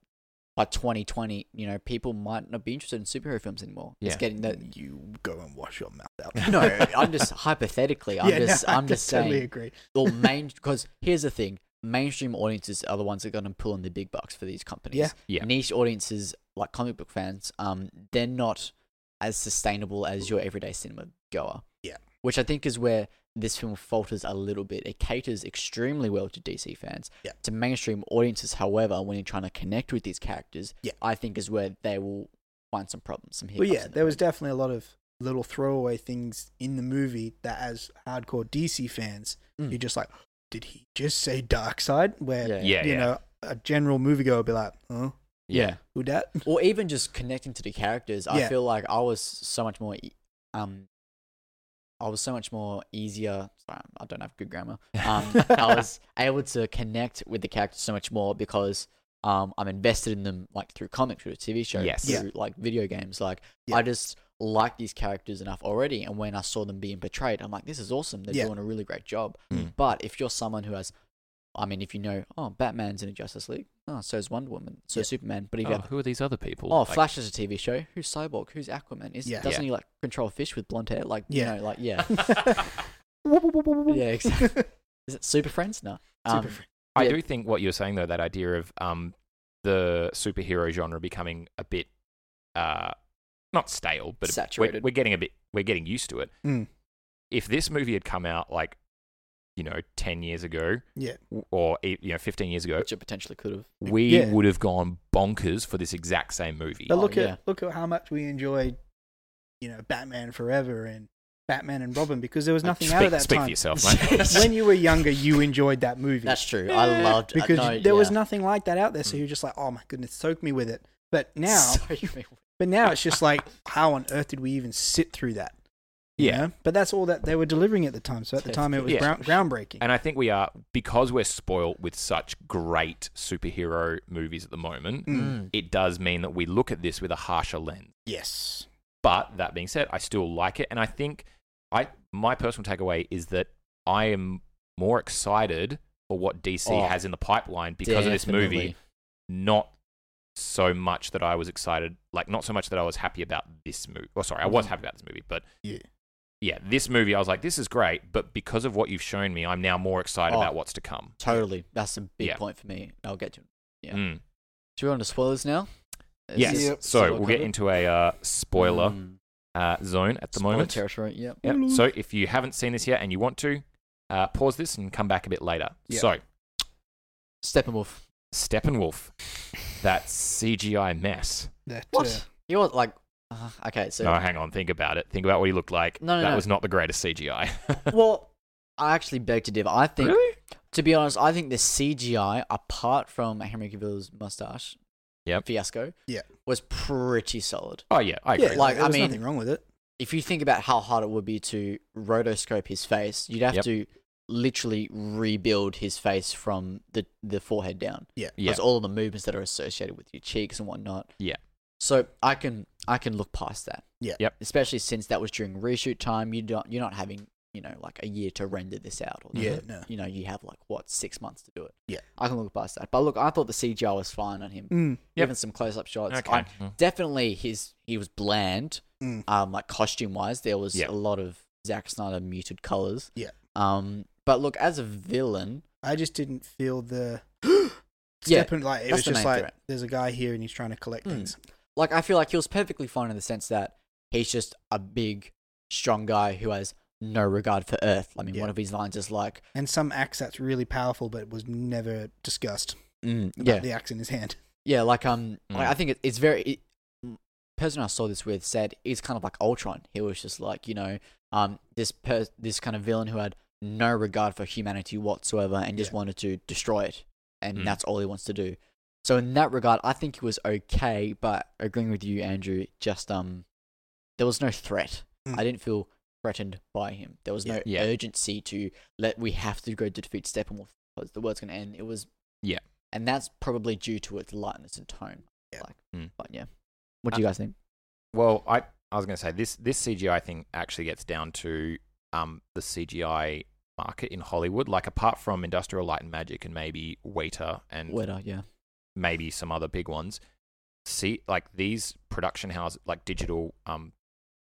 D: by 2020, you know, people might not be interested in superhero films anymore. It's
B: Yeah.
D: getting that.
C: you go and wash your mouth out.
D: No, I'm just hypothetically. I'm
C: Yeah, no,
D: just.
C: I
D: I'm just
C: totally
D: saying.
C: agree.
D: Or main because here's the thing: mainstream audiences are the ones that are going to pull in the big bucks for these companies.
C: Yeah.
B: Yeah.
D: Niche audiences like comic book fans, um, they're not as sustainable as your everyday cinema goer.
C: Yeah.
D: Which I think is where this film falters a little bit. It caters extremely well to DC fans.
C: Yeah.
D: To mainstream audiences, however, when you're trying to connect with these characters,
C: Yeah.
D: I think is where they will find some problems. Some
C: But
D: hiccups.
C: yeah,
D: in the
C: there was
D: road.
C: definitely a lot of little throwaway things in the movie that, as hardcore DC fans,
D: Mm.
C: you're just like, did he just say Dark Side? Where
D: Yeah.
B: Yeah,
C: you
B: yeah.
C: know a general moviegoer would be like, huh,
B: Yeah.
C: who that?
D: or even just connecting to the characters i
C: Yeah.
D: feel like i was so much more e- um i was so much more easier sorry, i don't have good grammar um i was able to connect with the characters so much more because um i'm invested in them like through comics through tv shows
B: Yes.
D: through
B: Yeah.
D: like video games like
C: Yeah.
D: i just like these characters enough already and when i saw them being portrayed i'm like this is awesome they're
C: Yeah. Hmm.
D: doing a really great job
B: Mm.
D: but if you're someone who has I mean, if you know, oh, Batman's in a Justice League. Oh, so is Wonder Woman. So
C: Yeah.
D: is Superman. But if you
B: Oh,
D: have
B: who are these other people?
D: Oh,
B: Like,
D: Flash is a TV show. Who's Cyborg? Who's Aquaman? Is
C: Yeah.
D: doesn't
B: Yeah.
D: he like control fish with blonde hair? Like
C: Yeah.
D: you know, like yeah,
C: yeah,
D: yeah, exactly. Is it Super Friends? No. Um,
C: Super friend.
B: I
D: Yeah.
B: do think what you're saying though, that idea of um, the superhero genre becoming a bit uh, not stale, but a- we're-
D: Saturated.
B: We're, getting a bit, we're getting used to it.
C: Mm.
B: If this movie had come out like, you know, ten years ago,
C: Yeah.
B: w- or eight, you know, fifteen years ago,
D: which it potentially could have.
B: we
C: Yeah.
B: would have gone bonkers for this exact same movie.
C: But look
D: Oh,
C: at
D: yeah.
C: look at how much we enjoyed, you know, Batman Forever and Batman and Robin because there was nothing
B: speak,
C: out of that
B: Speak
C: time.
B: for yourself, mate.
C: when you were younger, you enjoyed that movie.
D: That's true. I loved
C: because
D: uh, no,
C: there was
D: yeah.
C: nothing like that out there. So you're just like, oh my goodness, soak me with it. But now,
D: Sorry, mate.
C: but now it's just like, how on earth did we even sit through that? you
B: yeah,
C: know? But that's all that they were delivering at the time. So at the time, it was
B: Yeah.
C: ground- groundbreaking.
B: And I think we are because we're spoilt with such great superhero movies at the moment.
C: Mm.
B: It does mean that we look at this with a harsher lens.
C: Yes.
B: But that being said, I still like it, and I think I my personal takeaway is that I am more excited for what DC
D: Oh,
B: has in the pipeline because of this movie.
D: Definitely.
B: Not so much that I was excited, like not so much that I was happy about this movie. Or sorry, I was
D: Mm-hmm.
C: Mhm.
B: happy about this movie, but
C: Yeah.
B: yeah, this movie I was like, this is great, but because of what you've shown me, I'm now more excited
D: Oh.
B: about what's to come.
D: Totally, that's a big
B: Yeah.
D: point for me. I'll get to. it. Yeah.
B: Mm.
D: Should we on to spoilers now? Is
B: Yes.
D: this-
C: Yep.
D: is
B: So
D: all
B: we'll get
D: covered?
B: into a uh, spoiler
D: Mm.
B: uh, zone at the
D: Spoiler
B: moment.
D: territory. Yep.
B: Yep. So if you haven't seen this yet and you want to, uh, pause this and come back a bit later.
C: Yep.
B: So
D: Steppenwolf.
B: Steppenwolf, that CGI mess.
C: That, uh,
D: He was like, uh, okay, so
B: no, hang on. Think about it. Think about what he looked like.
D: No, no,
B: that
D: no.
B: was not the greatest CGI.
D: well, I actually beg to differ. I think,
B: Really?
D: to be honest, I think the CGI, apart from Henry Cavill's mustache
B: Yep.
D: fiasco,
C: Yeah.
D: was pretty solid.
B: Oh yeah, I agree.
C: yeah,
D: like,
C: like, there
D: I
C: was
D: mean-
C: nothing wrong with it.
D: If you think about how hard it would be to rotoscope his face, you'd have
B: Yep.
D: to literally rebuild his face from the, the forehead down.
C: Yeah.
B: Yeah.
D: Because all the movements that are associated with your cheeks and whatnot.
B: Yeah.
D: So I can I can look past that.
C: Yeah.
B: Yep.
D: Especially since that was during reshoot time. You don't you're not having, you know, like a year to render this out or
C: Yeah, no.
D: you know, you have like what six months to do it.
C: Yeah.
D: I can look past that. But look, I thought the CGI was fine on him.
C: Mm.
B: Yep.
D: Even some close-up shots.
B: Okay.
D: I-
B: Mm.
D: definitely, his he was bland.
C: Mm.
D: Um, like costume-wise, there was
B: Yeah.
D: a lot of Zack Snyder muted colors.
C: Yeah.
D: Um, but look, as a villain,
C: I just didn't feel the.
D: Yeah,
C: Stepping, like, it
D: that's
C: was
D: the
C: just
D: main
C: like,
D: threat.
C: there's a guy here and he's trying to collect
D: Mm.
C: things.
D: like I feel like he was perfectly fine in the sense that he's just a big, strong guy who has no regard for Earth. I mean,
C: Yeah.
D: one of his lines is like,
C: And some axe that's really powerful, but was never discussed.
D: mm,
C: About
D: "Yeah,
C: The axe in his hand.
D: Yeah, like um, like,
B: Mm.
D: I think it, it's very. It, m- person I saw this with said it's kind of like Ultron. He was just like you know, um, this per- this kind of villain who had no regard for humanity whatsoever and just
C: Yeah.
D: wanted to destroy it, and
B: Mm.
D: that's all he wants to do. So in that regard, I think he was okay, but agreeing with you, Andrew, just um, there was no threat.
C: Mm.
D: I didn't feel threatened by him. There was no
B: Yeah.
D: urgency to let we have to go defeat Steppenwolf because the world's gonna end. It was
B: Yeah.
D: and that's probably due to its lightness and tone.
C: Yeah.
D: Like,
B: Mm.
D: but yeah, what do you guys think?
B: Well, I I was going to say this this CGI thing actually gets down to um, the CGI market in Hollywood. Like apart from Industrial Light and Magic and maybe Weta and
D: Wetter, yeah.
B: maybe some other big ones, see like these production houses, like digital um,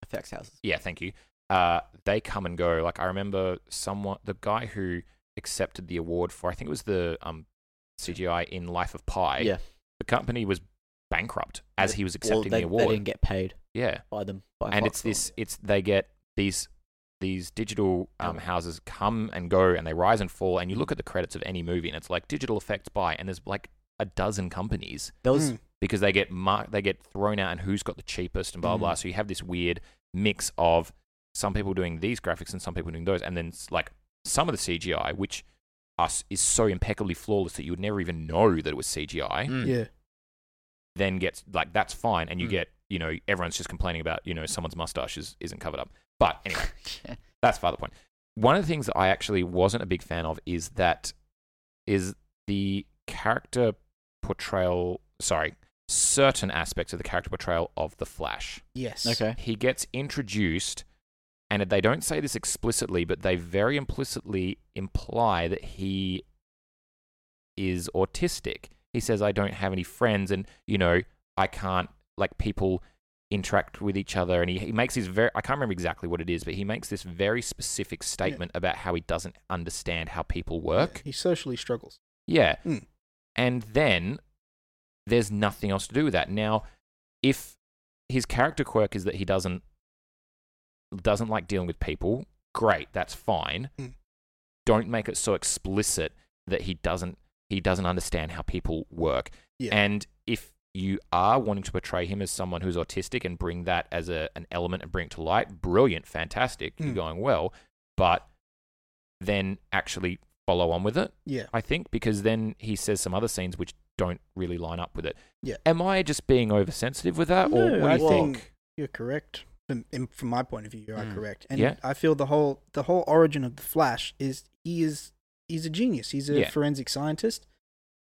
D: Effects houses.
B: yeah, thank you. Uh, they come and go. Like I remember someone, the guy who accepted the award for, I think it was the um, CGI in Life of Pi.
D: Yeah.
B: the company was bankrupt as he was
D: Well,
B: accepting the
D: they, they
B: award.
D: didn't get paid
B: yeah,
D: by them. By
B: and it's
D: Foxconn.
B: this, it's they get these these digital um,
D: Yeah.
B: houses come and go, and they rise and fall. And you look at the credits of any movie, and it's like digital effects by, and there's like a dozen companies
D: There was
C: Mm.
B: because they get mar- they get thrown out and who's got the cheapest and blah blah blah.
D: Mhm.
B: So you have this weird mix of some people doing these graphics and some people doing those, and then s- like some of the CGI, which us is so impeccably flawless that you would never even know that it was CGI.
D: Mm.
C: Yeah.
B: Then gets like that's fine, and you
D: Mm.
B: get you know everyone's just complaining about you know someone's mustache is, isn't covered up. But anyway, that's far the point. One of the things that I actually wasn't a big fan of is that is the character portrayal. Sorry, certain aspects of the character portrayal of the Flash.
C: Yes.
D: okay.
B: He gets introduced, and they don't say this explicitly, but they very implicitly imply that he is autistic. He says, "I don't have any friends, and you know, I can't like people." interact with each other and he, he makes his very i can't remember exactly what it is but he makes this very specific statement about how he doesn't understand how people work
C: He socially struggles.
B: yeah.
C: Mm.
B: And then there's nothing else to do with that. Now, if his character quirk is that he doesn't doesn't like dealing with people, great, that's fine.
C: Mm.
B: Don't make it so explicit that he doesn't he doesn't understand how people work.
C: Yeah.
B: And if you are wanting to portray him as someone who's autistic and bring that as a, an element and bring it to light, brilliant, fantastic, you're
C: Mm.
B: going well, but then actually follow on with it.
C: Yeah.
B: I think, because then he says some other scenes which don't really line up with it.
C: Yeah.
B: Am I just being oversensitive with that, or
C: No,
B: what
C: I
B: do you
C: think-
B: think?
C: You're correct. From, in- from my point of view, you are
D: Mm.
C: correct. And
B: Yeah.
C: I feel the whole the whole origin of the Flash is he is he's a genius. He's a
B: Yeah.
C: forensic scientist.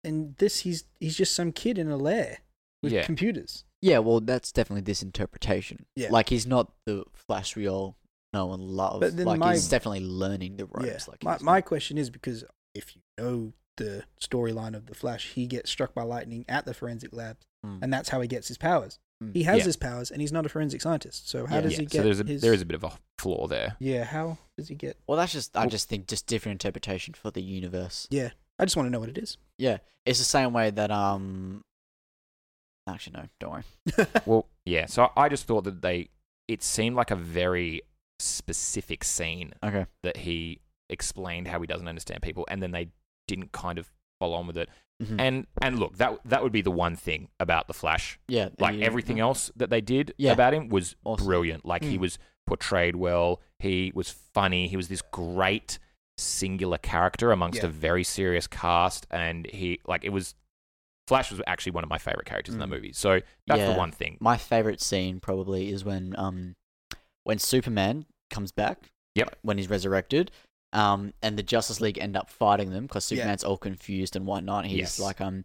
C: And this he's he's just some kid in a lair with
B: Yeah.
C: computers.
D: Yeah, well, that's definitely this interpretation.
C: Yeah.
D: Like, he's not the Flash we all know and love.
C: But then
D: like,
C: my-
D: he's definitely learning the ropes. Like,
C: my,
D: he's
C: my
D: not-
C: question is because if you know the storyline of the Flash, he gets struck by lightning at the forensic lab,
D: Mm.
C: and that's how he gets his powers.
D: Mm.
C: He has
B: Yeah.
C: his powers, and he's not a forensic scientist. So how
D: Yeah.
C: does
B: yeah.
C: he get
B: so there's a
C: his?
B: there is a bit of a flaw there.
C: yeah, how does he get?
D: Well, that's just, I
B: Well-
D: just think, just different interpretation for the universe.
C: Yeah, I just want to know what it is.
D: Yeah. It's the same way that, um, actually, no, don't worry.
B: well, yeah. So I just thought that they it seemed like a very specific scene
D: Okay.
B: that he explained how he doesn't understand people, and then they didn't kind of follow on with it.
C: Mm-hmm.
D: Mhm.
B: And and look, that that would be the one thing about the Flash
D: yeah.
B: like
D: yeah,
B: everything
D: no.
B: else that they did
D: Yeah.
B: about him was
D: Awesome.
B: brilliant. Like he
C: Mm.
B: was portrayed well. He was funny. He was this great singular character amongst
C: Yeah.
B: a very serious cast, and he like it was. Flash was actually one of my favorite characters in that
D: Mm.
B: movie. So that's
D: Yeah.
B: the one thing.
D: My favorite scene probably is when, um, when Superman comes back.
B: Yep.
D: When he's resurrected. Um, and the Justice League end up fighting them because
C: Yeah.
D: Superman's all confused and whatnot. He's
B: Yes.
D: like, um,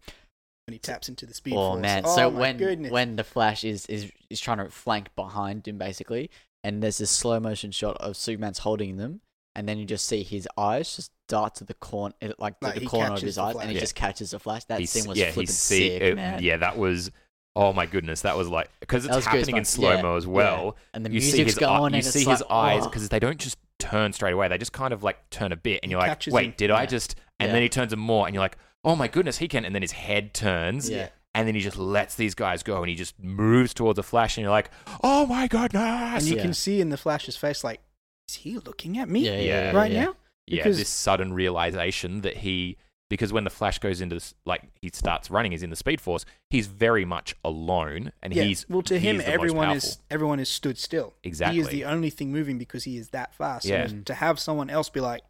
C: And he taps into the speed.
D: oh
C: force.
D: man!
C: Oh,
D: so
C: my
D: when
C: goodness.
D: when the Flash is, is is trying to flank behind him basically, and there's this slow motion shot of Superman's holding them, and then you just see his eyes just dart to the corner, like to
C: Like,
D: the
C: he
D: corner of
C: catches
D: his
C: the
D: eyes, and he
B: Flash.
D: just catches the Flash. That
B: He
D: scene
B: s-
D: was
B: yeah, he
D: flipping
B: see-
D: sick,
B: uh,
D: man.
B: Yeah, that was. Oh my goodness, that was like because it's
D: That was
B: happening in
D: goosebumps,
B: slow mo
D: yeah,
B: as well.
D: and the
B: you
D: music's
B: see his eye-
D: going,
B: you
D: and
B: see
D: it's
B: his
D: like,
B: eyes
D: oh.
B: because they don't just turn straight away. They just kind of like turn a bit, and you're like,
C: Catches
B: wait,
C: him.
B: did I
D: Yeah.
B: just? And
D: Yeah.
B: then he turns him more, and you're like, oh my goodness, he can. And then his head turns,
D: Yeah.
B: and then he just lets these guys go, and he just moves towards the flash, and you're like, oh my
C: and
B: goodness,
C: you
D: Yeah.
C: can see in the Flash's face, like, is he looking at me
D: yeah, yeah,
B: Yeah.
D: yeah,
C: right
D: yeah.
C: now?
B: yeah,
C: because-
B: this sudden realization that he. Because when the Flash goes into this, like he starts running, he's in the Speed Force. He's very much alone, and
C: yeah.
B: he's
C: well to
B: he
C: him,
B: is the most
C: everyone is
B: powerful.
C: everyone is stood still. He
B: Exactly.
C: is the only thing moving because he is that fast.
B: Yeah.
C: So to have someone else be like,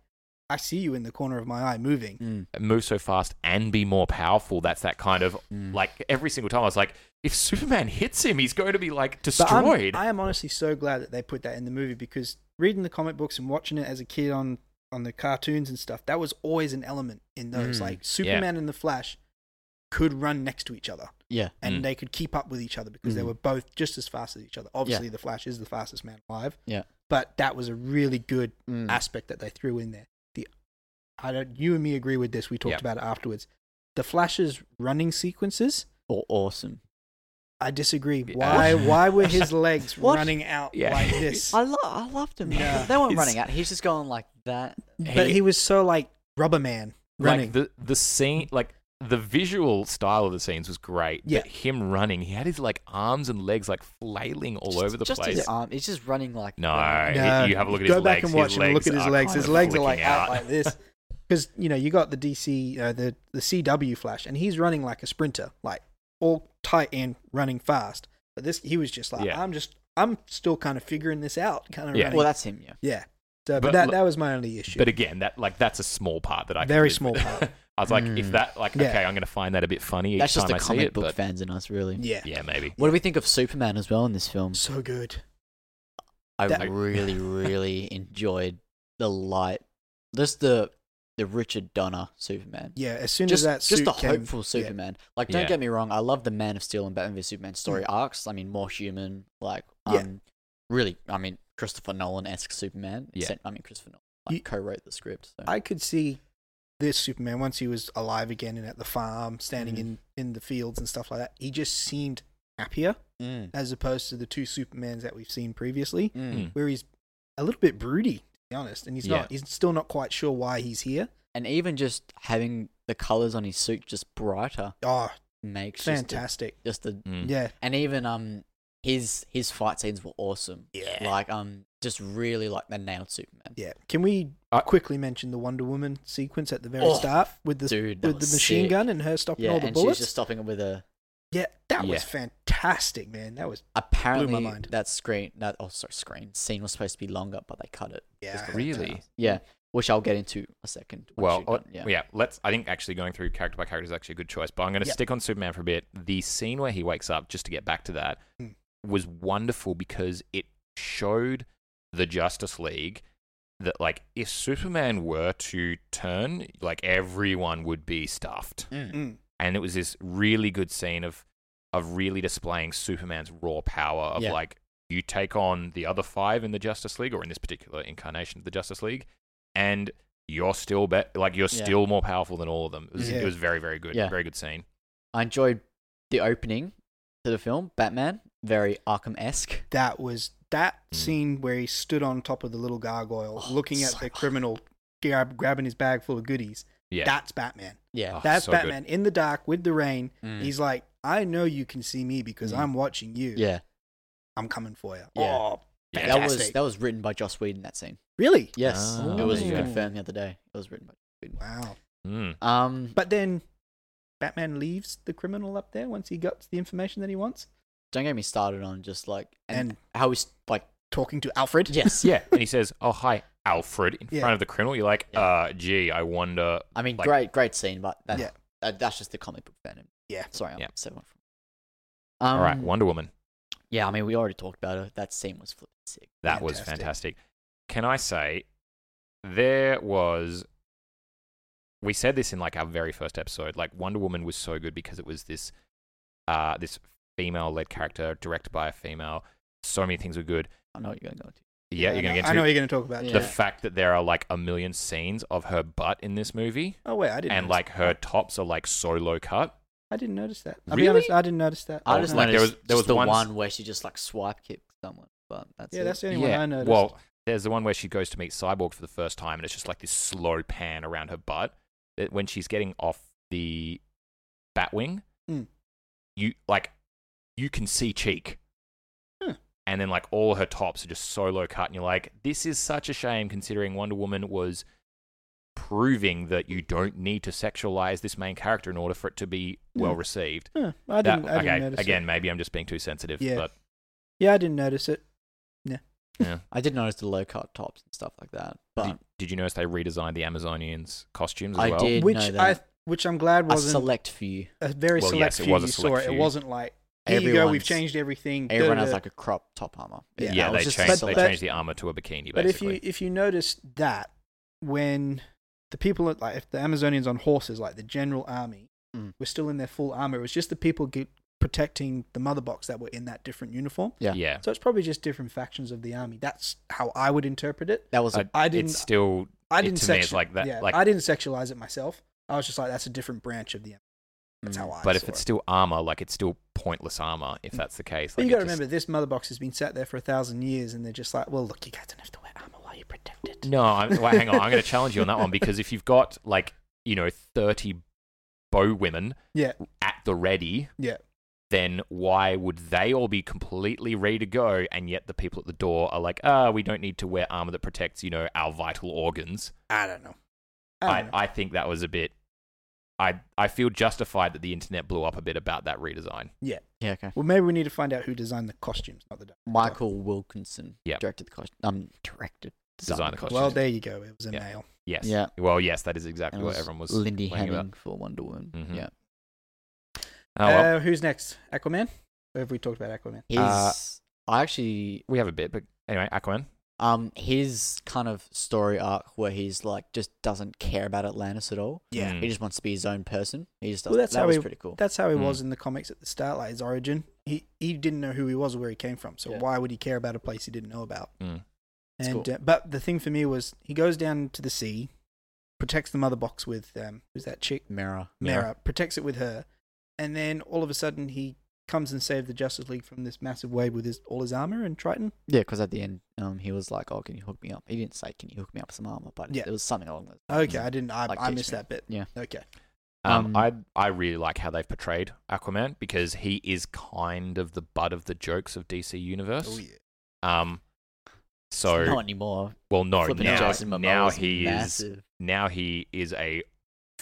C: I see you in the corner of my eye moving.
D: Mm,
B: move so fast and be more powerful. That's that kind of
C: Hmm.
D: Mm.
B: like every single time I was like, if Superman hits him, he's going to be like
C: But um, I'm-
B: destroyed.
C: I am honestly so glad that they put that in the movie because reading the comic books and watching it as a kid on on the cartoons and stuff, that was always an element in those.
D: Mm.
C: Like Superman and the Flash could run next to each other
D: Yeah.
C: and
B: Mm.
C: they could keep up with each other because they
D: Mhm.
C: were both just as fast as each other. Obviously, the Flash is the fastest man alive.
D: Yeah.
C: But that was a really good
D: Mm.
C: aspect that they threw in there. The I don't you and me agree with this. We talked
B: Yeah.
C: about it afterwards. The Flash's running sequences,
D: Or awesome.
C: I disagree.
B: Yeah.
C: Why why were his legs
D: What?
C: running out
B: Yeah.
C: like this?
D: I, lo- I loved him.
C: Yeah.
D: They weren't
B: He's-
D: running out. He's just going like that.
C: but he was so like rubber man
B: Like
C: running.
B: the the scene, like the visual style of the scenes was great.
C: Yeah.
B: But him running, he had his like arms and legs like flailing all
D: Just-
B: over the
D: just
B: place.
D: His arm. He's just running like
B: no,
D: that.
C: No.
B: it- you have a look at
C: Go
B: his
C: back
B: legs.
C: and watch
B: his
C: him
B: legs
C: and look at his
B: are
C: legs.
B: kind
C: His
B: of
C: legs are like
B: flicking
C: out like this. Because you know you got the DC, uh, the the CW Flash, and he's running like a sprinter, like all tight and running fast. But this, he was just like,
B: Yeah.
C: I'm just, I'm still kind of figuring this out, kind of
B: Yeah.
C: running.
D: Well, that's him. Yeah.
C: yeah. So, but,
B: But
C: that
B: look-
C: that was my only issue.
B: But again, that like that's a small part that I could
C: Very
B: live
C: small
B: with.
C: part.
B: I was like,
D: Mm.
B: if that like
C: Yeah.
B: okay, I'm going to find that a bit funny. Each
D: That's just
B: time I
D: the
B: see
D: comic
B: it,
D: book
B: but-
D: fans in us, really.
C: yeah.
B: Yeah, maybe.
D: What do we think of Superman as well in this film?
C: so good.
D: I
C: That-
D: really, really enjoyed the light, just the the Richard Donner Superman.
C: Yeah, as soon
D: Just,
C: as that
D: just
C: suit
D: the
C: came-
D: hopeful
C: yeah.
D: Superman. Like, don't
B: Yeah.
D: get me wrong, I love the Man of Steel and Batman v Superman story arcs. I mean, more human, like, um,
C: Mm. Yeah.
D: really, I mean, Christopher Nolan esque Superman.
B: Yeah.
D: Except, I mean, Christopher Nolan like,
C: You-
D: co-wrote the script. So.
C: I could see this Superman once he was alive again and at the farm, standing
D: Mhm.
C: in in the fields and stuff like that. He just seemed happier
D: Mm,
C: as opposed to the two Supermans that we've seen previously.
B: Hmm.
D: mm.
C: where he's a little bit broody, to be honest, and he's
B: Yeah.
C: not. He's still not quite sure why he's here.
D: And even just having the colors on his suit just brighter
C: Oh,
D: makes just the-
C: fantastic!
D: Just the
B: Mm.
C: Yeah,
D: and even um his his fight scenes were awesome.
C: yeah,
D: Like um just really like they nailed Superman.
C: yeah. Can we
B: I-
C: quickly mention the Wonder Woman sequence at the very
D: Oh,
C: start with the
D: dude, that
C: with the
D: was
C: machine
D: sick.
C: gun and her stopping
D: Yeah,
C: all the
D: and she was
C: bullets?
D: just stopping it with a
C: Yeah, that was
B: Yeah.
C: fantastic, man. That was
D: apparently
C: mind.
D: that screen that oh sorry screen scene was supposed to be longer but they cut it.
C: yeah,
B: Really?
D: Yeah, which I'll get into a second. once
B: Well,
D: you're
B: uh,
C: oh,
D: done,
B: yeah. Let's. I think actually going through character by character is actually a good choice. But I'm going to
C: Yeah.
B: stick on Superman for a bit. The scene where he wakes up, just to get back to that,
C: Mm.
B: was wonderful because it showed the Justice League that like if Superman were to turn, like everyone would be stuffed.
C: Mm.
B: and it was this really good scene of of really displaying Superman's raw power of
D: Yeah.
B: like you take on the other five in the Justice League or in this particular incarnation of the Justice League, and you're still be- like you're
D: Yeah.
B: still more powerful than all of them. It was,
C: Yeah.
B: it was very very good,
D: Yeah.
B: very good scene.
D: I enjoyed the opening to the film, Batman, very Arkham esque.
C: That was that
B: Mm.
C: scene where he stood on top of the little gargoyle,
D: Oh,
C: looking at
D: so-
C: the criminal, grab, grabbing his bag full of goodies.
B: Yeah,
C: That's Batman.
D: Yeah.
B: Oh,
C: That's
B: so good. Hmm.
C: Batman in the dark with the rain.
D: Mm.
C: He's like, I know you can see me because
D: Mm.
C: I'm watching you.
D: yeah.
C: I'm coming for you.
D: Yeah.
C: Oh,
B: Yeah.
D: That was
C: fantastic.
D: that was written by Joss Whedon that scene.
C: really?
D: Yes.
B: Ah,
D: it was
C: there you go.
D: confirmed the other day. It was written by
C: Wow.
B: Mm.
D: Um
C: But then Batman leaves the criminal up there once he gets the information that he wants,
D: don't get me started on just like and,
C: And-
D: how he's like
C: talking to Alfred.
D: yes
B: yeah. And he says, "Oh hi, Alfred," in
C: Yeah.
B: front of the criminal. You're like,
D: Yeah.
B: "Uh, gee, I wonder."
D: I mean
B: Like-
D: great great scene but that,
C: Yeah.
D: that- that's just the comic book fan.
C: Yeah.
D: sorry I'm
B: Yeah.
D: seven from um,
B: all right, Wonder Woman.
D: yeah I mean we already talked about it that scene was flipping sick
B: That was fantastic.
C: Fantastic.
B: Can I say there was we said this in like our very first episode, like Wonder Woman was so good because it was this uh this female led character directed by a female. So many things were good.
D: I know what you're gonna go to
B: Yeah,
C: I
B: you're gonna
C: know-
B: get
C: I
B: into
C: know what you're going to talk about.
D: Yeah.
B: the
C: Jeff.
B: fact that there are like a million scenes of her butt in this movie
C: Oh wait, I didn't.
B: and
C: notice-
B: like her tops are like so low cut.
C: I didn't notice that. I'll be
B: Really?
C: honest, I didn't notice that. Uh-huh.
D: I just
B: Oh, like,
D: noticed
B: there was- there
D: just
B: was
D: the
B: one s-
D: one where she just like swipe kicked someone but that's
C: yeah,
D: it.
C: that's the only one I noticed.
B: Well, there's the one where she goes to meet Cyborg for the first time, and it's just like this slow pan around her butt. That When she's getting off the Batwing,
C: Mm.
B: you like you can see cheek,
C: Huh.
B: and then like all her tops are just so low cut, and you're like, this is such a shame considering Wonder Woman was proving that you don't need to sexualize this main character in order for it to be well
C: Mm.
B: received.
C: Huh, I
B: That-
C: didn't. I didn't
B: okay,
C: notice
B: again,
C: It.
B: maybe I'm just being too sensitive,
C: Yeah.
B: but
C: Yeah, I didn't notice it.
D: I did notice the low cut tops and stuff like that but
B: did, did you notice they redesigned the Amazonians' costumes as
D: I
B: well?
D: did. know
C: Which I,
D: that.
C: which I'm glad
D: a
C: wasn't
D: select few
C: a very
B: Well,
C: select
B: yes, it
C: few.
B: was a
C: you saw
B: select
C: it. It
B: few.
C: wasn't like here you go, we've
D: Everyone's-
C: changed everything. da,
D: everyone
C: da,
D: has
C: da.
D: like a crop top armor
C: Yeah,
B: Yeah,
D: it was
B: they
D: just
B: changed.
D: a
B: they
C: but-
D: select
B: changed the armor to a bikini, basically.
C: But if you if you notice that when the people at, like if the Amazonians on horses, like the general army,
D: Mm.
C: were still in their full armor. It was just the people get, protecting the mother box that were in that different uniform.
D: Yeah.
B: yeah.
C: So it's probably just different factions of the army. That's how I would interpret it.
D: That was
B: I,
D: a mm,
C: I
B: didn't.
C: didn't-
B: It's still.
C: I
B: It-
C: didn't
B: to me, it's
C: section-
B: like that-
C: Yeah,
B: like-
C: I didn't sexualize it myself. I was just like, that's a different branch of the. That's
D: Mm.
C: how I.
B: But if
C: saw
B: it's
C: it. Mm.
B: still armor, like it's still pointless armor. If that's the case,
C: But
B: like,
C: you got to
B: it just-
C: remember, this mother box has been sat there for a thousand years, and they're just like, well, look, you guys don't have to wear armor while you're protected.
B: No, I'm, well, hang on. I'm going to challenge you on that one because if you've got like you know thirty bow women
C: Yeah.
B: at the ready,
C: Yeah.
B: then why would they all be completely ready to go and yet the people at the door are like, ah, we don't need to wear armor that protects you know our vital organs?
C: I don't know. I don't
B: I,
D: Oh.
C: know.
B: I think that was a bit. I I feel justified that the internet blew up a bit about that redesign.
D: yeah. Okay.
C: Well, maybe we need to find out who designed the costumes, not the director.
D: Michael Wilkinson
B: Yeah.
D: directed the costume. Um, directed.
B: Designed
D: designed
B: the
C: Well,
B: costumes.
C: there you go. It was a
B: Yeah.
C: male.
B: Yes.
D: Yeah.
B: Well, yes, that is exactly
D: And it
B: what
D: was
B: everyone was.
D: Lindy
B: complaining
D: Henning
B: about.
D: for Wonder Woman.
B: Mhm.
D: Yeah.
B: Oh, well,
C: uh, who's next? Aquaman. Or have we talked about Aquaman?
D: His.
B: Uh,
D: I actually
B: we have a bit, but anyway, Aquaman.
D: um his kind of story arc where he's like just doesn't care about Atlantis at all.
B: Yeah.
D: He just wants to be his own person. He just does
C: Well, that's
D: that
C: how
D: was
C: he-
D: pretty cool.
C: That's how he
B: Hmm.
C: was in the comics at the start, like his origin. He he didn't know who he was or where he came from, so
D: Yeah.
C: why would he care about a place he didn't know about?
B: Hmm.
D: That's
C: And
D: cool.
C: uh, but the thing for me was he goes down to the sea, protects the mother box with um who's that chick
D: Mirror.
C: Mara, protects it with her, and then all of a sudden he comes and saves the Justice League from this massive wave with his all his armor and Triton.
D: Yeah, because at the end, um, he was like, "Oh, can you hook me up?" He didn't say, "Can you hook me up with some armor?" But
C: Yeah.
D: it was something along those.
C: Okay, I didn't. I,
D: Mm. Like
C: I
D: Kate
C: missed
D: Smith.
C: that bit.
D: Yeah.
C: Okay.
B: Um,
D: Um,
B: I I really like how they've portrayed Aquaman because he is kind of the butt of the jokes of DC Universe.
C: Oh, yeah.
B: Um, so
D: not anymore.
B: well, no,
D: Flipping
B: now,
D: Jason Momoa
B: now
D: is
B: he is
D: massive.
B: now he is a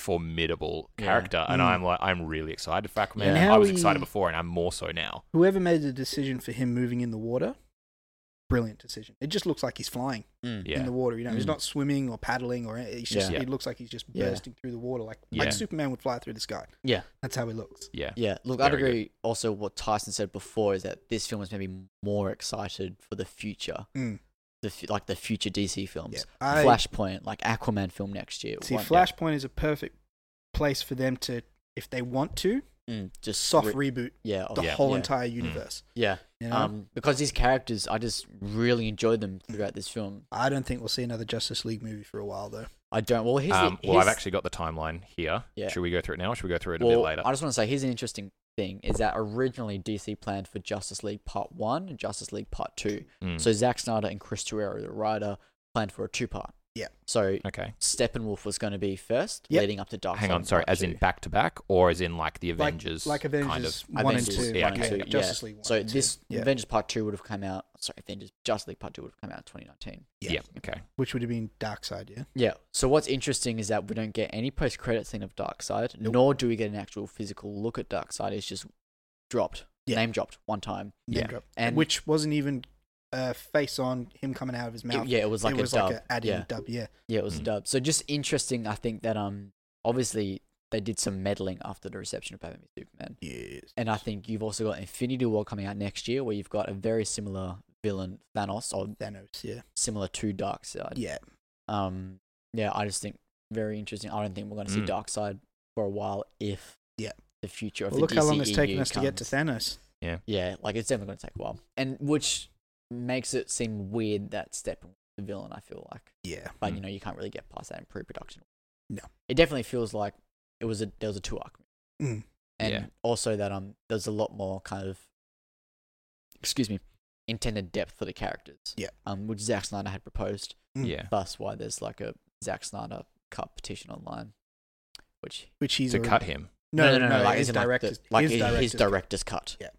B: formidable
D: Yeah.
B: character, and
C: Mm.
B: I'm like I'm really excited for Aquaman.
D: And
B: I
C: how
B: was
C: he-
B: excited before, and I'm more so now.
C: Whoever made the decision for him moving in the water, brilliant decision. It just looks like he's flying
D: Mm.
B: Yeah,
C: in the water. You know, he's
D: Mm.
C: not swimming or paddling or anything. He's just.
B: Yeah.
C: It looks like he's just
D: Yeah.
C: bursting through the water, like
B: Yeah.
C: like Superman would fly through the sky.
D: Yeah.
C: That's how he looks.
B: yeah,
D: Yeah, look, I'd
B: Very good.
D: agree. Also, what Tyson said before is that this film is maybe more excited for the future,
C: Mm.
D: the fu- like the future DC films,
C: Yeah. I
D: Flashpoint, like Aquaman film next year.
C: see
D: won't-
C: Flashpoint is a perfect place for them to, if they want to,
D: Mm, just
C: soft
D: re-
C: reboot
D: Oh, yeah, Mm. of-
C: the
B: Yeah.
C: whole
D: yeah,
C: entire universe.
D: yeah.
C: You know?
D: Um, because these characters, I just really enjoyed them throughout this film.
C: I don't think we'll see another Justice League movie for a while, though.
D: I don't. Well, here's
B: Um,
D: the,
B: well, I've
D: here's-
B: actually got the timeline here.
D: Yeah.
B: Should we go through it now? or Should we go through it a
D: well,
B: bit later?
D: I just want to say here's an interesting thing: is that originally DC planned for Justice League Part One and Justice League Part Two.
B: Mm.
D: So Zack Snyder and Chris Terrio, the writer, planned for a two-part.
C: Yeah.
D: So
B: okay,
D: Steppenwolf was going to be first,
C: Yep.
D: leading up to Dark.
B: hang on. Sorry, as in back to back, or as in like the Avengers,
C: like Avengers
B: kind of
C: one and
D: Avengers
C: two,
B: Yeah,
D: one and
B: okay,
D: two,
B: okay.
C: Justice League one
D: So
C: and two.
D: this
C: Yeah.
D: Avengers Part Two would have come out. Sorry, Avengers Justice League Part Two would have come out in 2019.
C: Yeah.
B: yeah, okay.
C: which would have been Dark Side, yeah.
D: Yeah. So what's interesting is that we don't get any post-credit scene of Darkseid, nor do we get an actual physical look at Darkseid. It's just dropped,
C: Yeah.
D: name dropped one time.
B: Yeah.
C: Name drop.
D: And-
C: which wasn't even uh, face on him coming out of his
D: It-
C: mouth.
D: yeah, it was like
C: it was
D: a dub.
C: like an added
D: yeah.
C: dub, yeah.
D: yeah, it was a
B: Mm.
D: dub. So just interesting. I think that um, obviously they did some meddling after the reception of Batman v Superman.
C: Yes.
D: And I think you've also got Infinity War coming out next year, where you've got a very similar villain, Thanos, or
C: Thanos, yeah.
D: similar to Darkseid.
C: Yeah.
D: Um, yeah, I just think very interesting. I don't think we're going to see
B: Mm.
D: Darkseid for a while, if
C: Yeah.
D: the future of
C: Well,
D: the
C: look how long
D: DCEU
C: it's taken us to get to
D: E comes.
C: Thanos.
D: Yeah, like it's definitely going to take a while, and which makes it seem weird that Steppenwolf the villain. I feel like,
C: Yeah.
D: but
B: Mm.
D: you know, you can't really get past that in pre-production.
C: No.
D: it definitely feels like it was a there was a two arc
C: Mm.
D: and
B: Yeah.
D: also that um there's a lot more kind of excuse me intended depth for the characters
C: Yeah.
D: um which Zack Snyder had proposed
C: Mm.
B: Yeah.
D: thus why there's like a Zack Snyder cut petition online which
C: Which he's
B: To
C: already-
B: cut him.
C: No, no, no,
D: like,
C: his
D: as in, like, the-
C: director's
D: like
C: his
D: his, his
C: director's cut.
D: director's cut
C: Yeah.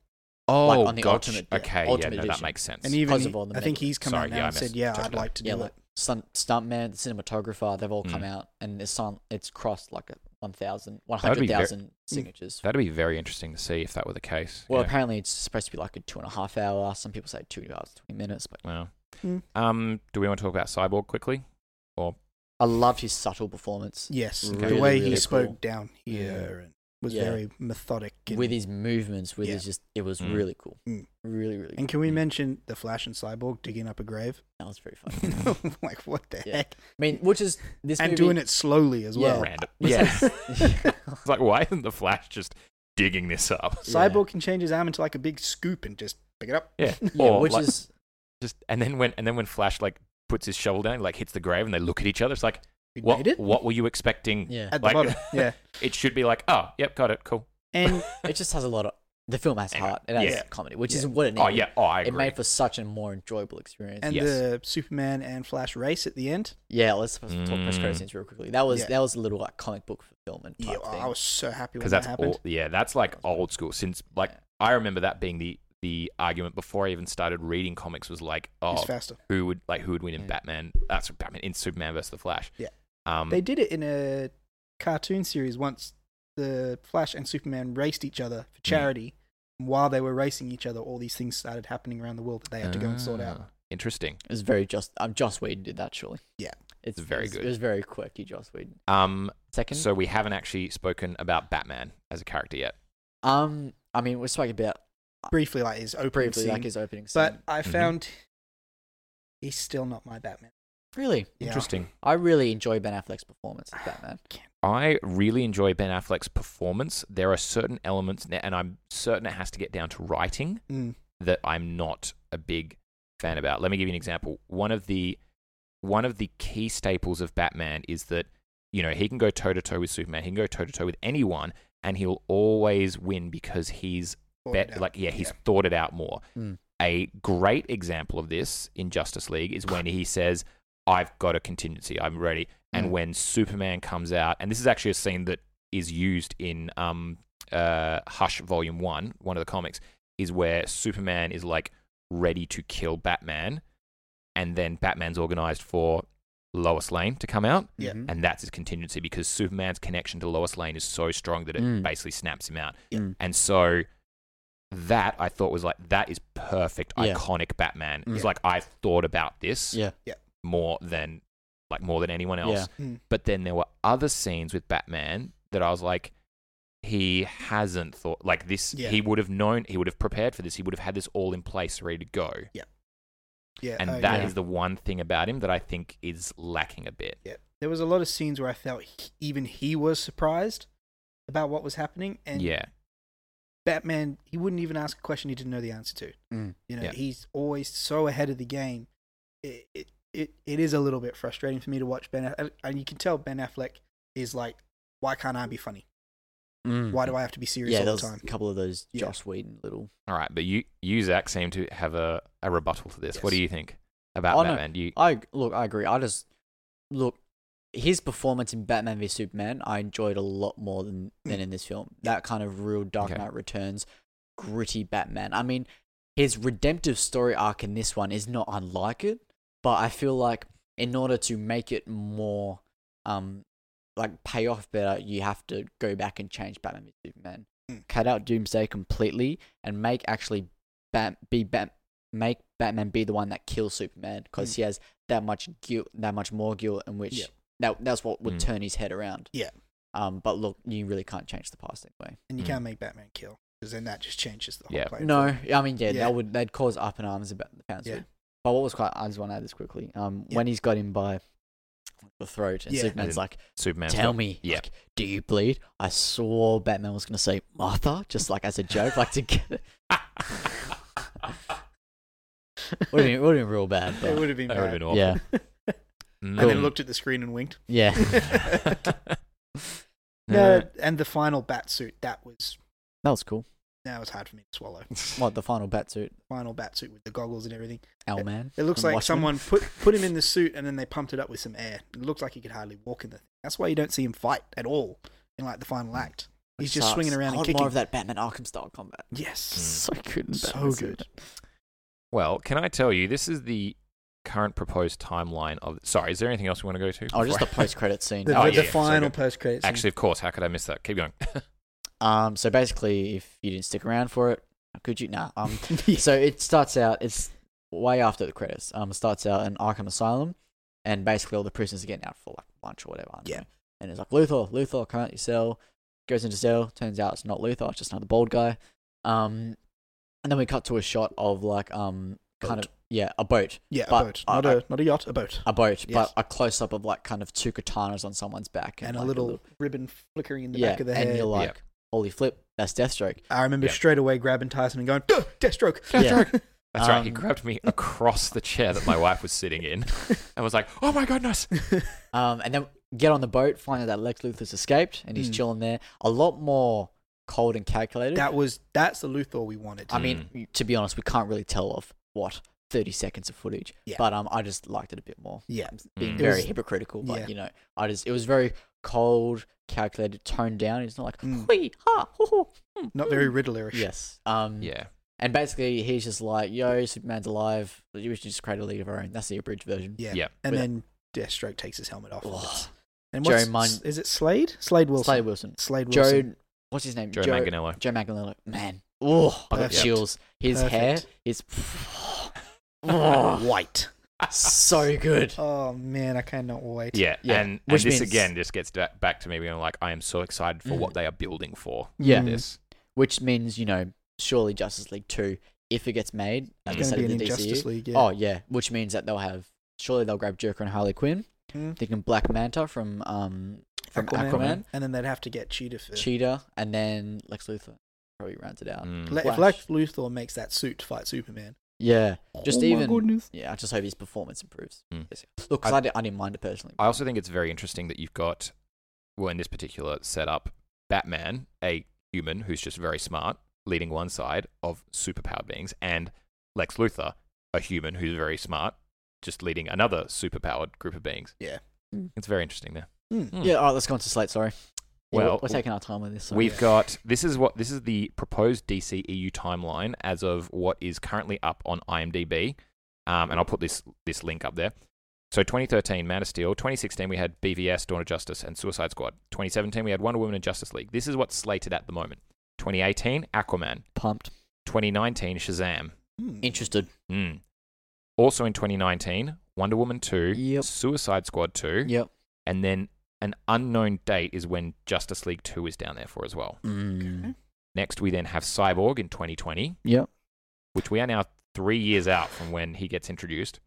B: Oh,
D: Like, on the
B: gotcha.
D: Ultimate- yeah,
B: Okay,
D: Ultimate
B: yeah, no, that
D: Edition.
B: makes sense.
C: And even
D: because
C: he-
D: of all the
C: I think
D: meddling.
C: he's come
B: Sorry,
C: out now
B: yeah, I
C: and said,
B: missed-
C: "Yeah,
B: checked
C: I'd
B: that.
C: like to
D: yeah
C: do
D: like
C: it."
D: stunt stuntman the cinematographer they've all come
B: Mm.
D: out and it's on it's crossed like a 1000
B: would be ver-
C: Mm,
D: 100,000 signatures
B: That'd be very interesting to see if that were the case.
D: well
B: yeah.
D: apparently it's supposed to be like a two and a half hour some people say two hours 20 minutes but
B: Wow.
D: Hmm.
C: Mm.
B: Um, do we want to talk about Cyborg quickly?
D: I loved his subtle performance.
C: Yes,
D: Okay.
C: the
B: Really,
C: way
D: really
C: he
D: cool.
C: spoke down
D: Yeah.
C: here, and was
D: Yeah.
C: very methodic. in-
D: with his movements, with
C: Yeah.
D: his just, it was
B: Mm.
D: really cool.
C: Mm.
D: Really, really cool.
C: and can we
B: Mm.
C: mention the Flash and Cyborg digging up a grave?
D: That was pretty fun.
C: like what the
D: Yeah.
C: heck?
D: I mean, which is this
C: and
D: movie,
C: doing it slowly as
D: Yeah.
C: well.
B: Random.
D: this
B: Yeah.
D: is-
B: It's like, why isn't the Flash just digging this up?
C: Cyborg can change his arm into like a big scoop and just pick it up.
B: Yeah.
D: yeah,
B: Or,
D: which
B: Oh, like,
D: is
B: just and then when and then when Flash like puts his shovel down, like hits the grave, and they look at each other. It's like,
C: We
B: what?
C: made it
B: What were you expecting?
D: yeah.
C: at the
B: like-
C: bottom. Yeah.
B: It should be like, oh, yep, got it, cool.
C: And
D: It just has a lot of the film has
B: Anyway,
D: heart. It has
B: yeah.
D: comedy, which
C: Yeah.
D: is what it needed.
B: Oh yeah, oh I
D: it
B: agree.
D: made for such a more enjoyable experience.
C: and
B: Yes.
C: the Superman and Flash race at the end.
D: yeah, let's talk press
B: Mm.
D: credit scenes real quickly. That was
C: Yeah.
D: that was a little like comic book fulfillment
C: Yeah,
D: type thing.
C: I was so happy when
B: because
C: that
B: that's
C: happened.
B: all, yeah, that's like old school. Since like I remember that being the the argument before I even started reading comics was like,
C: It's
B: oh,
C: faster.
B: who would like who would win in
D: Yeah.
B: Batman? That's Batman in Superman versus the Flash.
C: Yeah.
B: Um,
C: They did it in a cartoon series once. The Flash and Superman raced each other
B: Mm.
C: for charity. And while they were racing each other, all these things started happening around the world that they had to go and sort out.
B: Ah, Interesting.
D: It was very just. Um, Joss Whedon did that surely.
C: Yeah.
D: it's
B: It's very
D: it was-
B: good.
D: It was very quirky, Joss Whedon.
B: Um,
D: Second,
B: so we haven't actually spoken about Batman as a character yet.
D: um, I mean, we're talking about
C: Briefly, like his opening
D: briefly
C: scene.
D: like his opening scene.
C: but I
B: Mhm.
C: found he's still not my Batman.
D: really,
C: Yeah.
B: Interesting.
D: I really enjoy Ben Affleck's performance as Batman.
B: I really enjoy Ben Affleck's performance. There are certain elements, and I'm certain it has to get down to writing
C: Mm.
B: that I'm not a big fan about. Let me give you an example. One of the one of the key staples of Batman is that you know he can go toe to toe with Superman, he can go toe to toe with anyone, and he'll always win because he's
C: Thought it
B: bet,
C: out. Hmm.
B: like yeah he's thought it out more.
D: Mm.
B: A great example of this in Justice League is when he says, "I've got a contingency, I'm ready," and
D: Mm.
C: Hmm.
B: when Superman comes out, and this is actually a scene that is used in um, uh, Hush Volume One, one of the comics, is where Superman is like ready to kill Batman, and then Batman's organized for Lois Lane to come out,
C: Yeah.
D: Mhm.
B: and that's his contingency because Superman's connection to Lois Lane is so strong that it
D: Mm.
B: basically snaps him out.
D: Yeah.
B: And so that I thought was like that is perfect,
D: Yeah.
B: iconic Batman. It's
C: Yeah.
B: like I've thought about this
D: yeah,
B: more than like more than anyone else.
C: Yeah. Mm.
B: But then there were other scenes with Batman that I was like, he hasn't thought like this.
C: Yeah.
B: He would have known. He would have prepared for this. He would have had this all in place, ready to go.
C: yeah,
B: And that
C: I
B: is
C: agree.
D: yeah.
B: the one thing about him that I think is lacking a bit.
C: Yeah. There was a lot of scenes where I felt he, even he was surprised about what was happening, and
B: yeah.
C: Batman he wouldn't even ask a question he didn't know the answer to.
D: Mm.
C: You know,
B: Yeah.
C: he's always so ahead of the game. It, it it it is a little bit frustrating for me to watch Ben, Aff- and you can tell Ben Affleck is like, why can't I be funny?
B: Mm.
C: Why
B: Mm-hmm.
C: do I have to be serious
D: yeah,
C: all
D: there
C: the
D: was
C: time?
D: a couple of those
C: Yeah.
D: Joss Whedon little.
B: All right, but you, you Zach, seem to have a, a rebuttal to this. What
C: Yes.
B: do you think about
D: Oh, no.
B: Batman? You,
D: I look, I agree. I just look his performance in Batman v Superman. I enjoyed a lot more than
C: Mm.
D: than in this film. That kind of real Dark
B: Okay.
D: Knight Returns, gritty Batman. I mean, his redemptive story arc in this one is not unlike it, but I feel like in order to make it more, um, like pay off better, you have to go back and change Batman v Superman.
C: Mm.
D: Cut out Doomsday completely and make actually Bat be Bat make Batman be the one that kills Superman because
C: Mm.
D: he has that much guilt, that much more guilt, in which
C: Yeah.
D: that that's what would
B: Mm.
D: turn his head around.
C: Yeah.
D: Um, but look, you really can't change the past anyway.
C: and you
B: Mm.
C: can't make Batman kill because then that just changes the whole
B: Yeah.
C: play.
D: No, I mean, yeah,
C: Yeah.
D: that would they'd cause up in arms about the fans.
C: Yeah.
D: would. But what was quite, I just want to add this quickly. Um,
C: Yeah.
D: when he's got him by the throat, and
C: Yeah.
D: Superman's
B: And-
D: like,
B: Superman.
D: "Tell me,
B: Yeah.
D: like, do you bleed?" I swore Batman was gonna say Martha, just like as a joke, like to get it. would have been, would've been real bad.
C: it
D: But,
C: would have been
B: That would have
C: bad.
B: been awful.
D: yeah,
C: And then looked at the screen and winked.
D: yeah.
B: Mm. Uh,
C: No, and the final bat suit that was
D: That was cool.
C: that was hard for me to swallow.
D: What the final bat suit,
C: Final bat suit with the goggles and everything.
D: Owl Man?
C: It looks
D: from
C: like
D: Watchmen?
C: someone put put him in the suit and then they pumped it up with some air. It looks like he could hardly walk in the thing. That's why you don't see him fight at all in like the
D: Hmm.
C: final act.
D: Which
C: He's just
D: sucks.
C: swinging around
D: I
C: and
D: want
C: kicking.
D: More of that Hmm. Batman Arkham style combat.
B: Mm.
C: Yes.
D: So good. in
C: So
D: Batman
C: good.
D: Superman.
B: Well, can I tell you, this is the current proposed timeline of. Sorry, is there anything else we want to go to?
D: Oh, just the
B: before I-
D: post credit scene.
C: The,
B: Oh,
C: the
B: yeah, yeah, so
C: final
B: good.
C: post credits.
B: Actually, of course. How could I miss that? Keep going.
D: Um, so basically, if you didn't stick around for it, how could you? Nah. Um, so it starts out. It's way after the credits. Um, it starts out in Arkham Asylum, and basically all the prisoners are getting out for like lunch or whatever. I don't
C: Yeah.
D: know. And it's like Luthor, Luthor, come out your cell. goes into jail. Turns out it's not Luthor, it's just another bald guy. Um, and then we cut to a shot of like um kind
C: Boat.
D: of yeah a boat,
C: Yeah,
D: But
C: a boat.
D: I-
C: Not
D: I-
C: a not a yacht, a boat.
D: a boat,
C: Yes.
D: but a close up of like kind of two katanas on someone's back
C: And a
D: like,
C: little, ribbon flickering in the
D: yeah,
C: back of the
D: and
C: head.
D: you're like,
B: Yep.
D: holy flip, that's Deathstroke.
C: I remember
B: Yeah.
C: straight away grabbing Tyson and going, "Duh, Deathstroke.
D: Yeah.
B: That's right. He
D: Um,
B: grabbed me across the chair that my wife was sitting in and was like, oh my goodness.
D: Um, and then get on the boat, find out that Lex Luthor's escaped, and he's
C: Mm.
D: chilling there. A lot more cold and calculated.
C: That was that's the Luthor we wanted.
D: I
B: Hmm.
D: mean, to be honest, we can't really tell of what thirty seconds of footage.
C: Yeah.
D: But um, I just liked it a bit more.
C: yeah,
D: Being
B: Mm.
C: It
D: very
C: was-
D: hypocritical, but
C: yeah.
D: you know, I just it was very cold, calculated, toned down. It's not like
C: Mm.
D: wee ha ho, ho, hmm,
C: not very
D: hmm."
C: Riddlerish.
D: Yes. Um.
B: Yeah.
D: And basically, he's just like, "Yo, Superman's alive. We should just create a league of our own." That's the abridged version.
C: yeah,
B: Yeah.
C: And
D: With-
C: then Deathstroke takes his helmet off. and
D: Ugh.
C: it's- And what's,
D: Jerry Mun-
C: is it Slade? Slade Wilson.
D: Slade Wilson.
C: Slade Wilson.
D: Joe, what's his name?
B: Joe Manganello.
D: Joe Manganiello. Man, oh, I got
C: Perfect.
D: chills. His hair
C: Perfect.
D: is
C: White.
D: so good.
C: Oh man, I cannot wait.
B: Yeah.
D: Yeah.
B: And, and
D: Which
B: this
D: means-
B: again just gets da- back to me being like, I am so excited for
D: Mm.
B: what they are building for.
D: Yeah.
C: Mm.
B: This.
D: Which means you know, surely Justice League Two, if it gets made
B: It's
D: at the
C: It's
D: state
C: going to
D: of
C: be
D: the
C: an
D: DCU.
C: Injustice League. Yeah.
D: Oh yeah, which means that they'll have. Surely they'll grab Joker and Harley Quinn.
C: Mm.
D: They can Black Manta from um from Aquaman,
C: And then they'd have to get Cheetah for.
D: Cheetah, and then Lex Luthor. Probably rounds it out.
B: Mm.
C: Le- if Lex
D: Flash.
C: Luthor makes that suit to fight Superman,
D: Yeah, just
C: Oh my
D: even.
C: goodness.
D: Yeah, I just hope his performance improves.
B: Mm.
D: Look, 'cause
B: I-
D: I, di- I didn't mind it personally.
B: I also think it's very interesting that you've got, well, in this particular setup, Batman, a human who's just very smart, leading one side of superpowered beings, and Lex Luthor, a human who's very smart, just leading another superpowered group of beings.
C: Yeah.
D: Mm.
B: It's very interesting there.
C: Mm.
B: Mm.
D: Yeah, all right, let's go on to slate. Sorry. Yeah, we're-
B: Well,
D: we're taking our time on this. so-
B: We've
C: Yeah.
B: got this is what this is the proposed DCEU timeline as of what is currently up on IMDb, um, and I'll put this this link up there. So 2013, Man of Steel. 2016, we had BVS, Dawn of Justice, and Suicide Squad. 2017, we had Wonder Woman and Justice League. This is what's slated at the moment. 2018, Aquaman.
D: pumped,
B: 2019, Shazam.
C: Hmm.
D: interested.
B: Mm. Also in 2019, Wonder Woman 2,
D: Yep.
B: Suicide Squad 2,
D: Yep.
B: and then an unknown date is when Justice League 2 is down there for as well.
D: Mm.
B: Next, we then have Cyborg in 2020,
D: Yep.
B: which we are now three years out from when he gets introduced.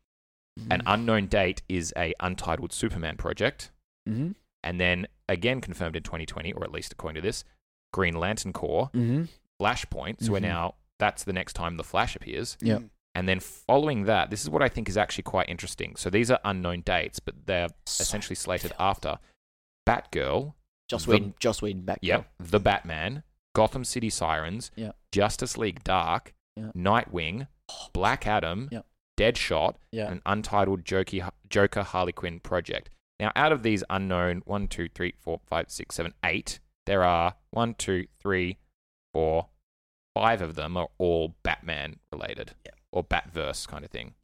D: Mm.
B: An unknown date is a untitled Superman project,
D: Mm-hmm.
B: and then again confirmed in 2020, or at least according to this, Green Lantern Corps,
D: Mm-hmm.
B: Flashpoint. So we're
D: Mhm.
B: now that's the next time the Flash appears,
D: Yep.
C: Mm.
B: and then following that, this is what I think is actually quite interesting. So these are unknown dates, but they're essentially slated after Batgirl,
D: Joss
B: the-
D: Whedon. Joss Whedon back.
B: Yeah. The Batman, Gotham City Sirens,
D: Yeah.
B: Justice League Dark,
D: Yeah.
B: Nightwing, Black Adam,
D: Yeah.
B: Deadshot,
D: Yeah.
B: and Untitled Jokey, Joker Harley Quinn project. Now, out of these unknown one, two, three, four, five, six, seven, eight, there are one, two, three, four, five of them are all Batman related
D: Yeah.
B: or Batverse kind of thing.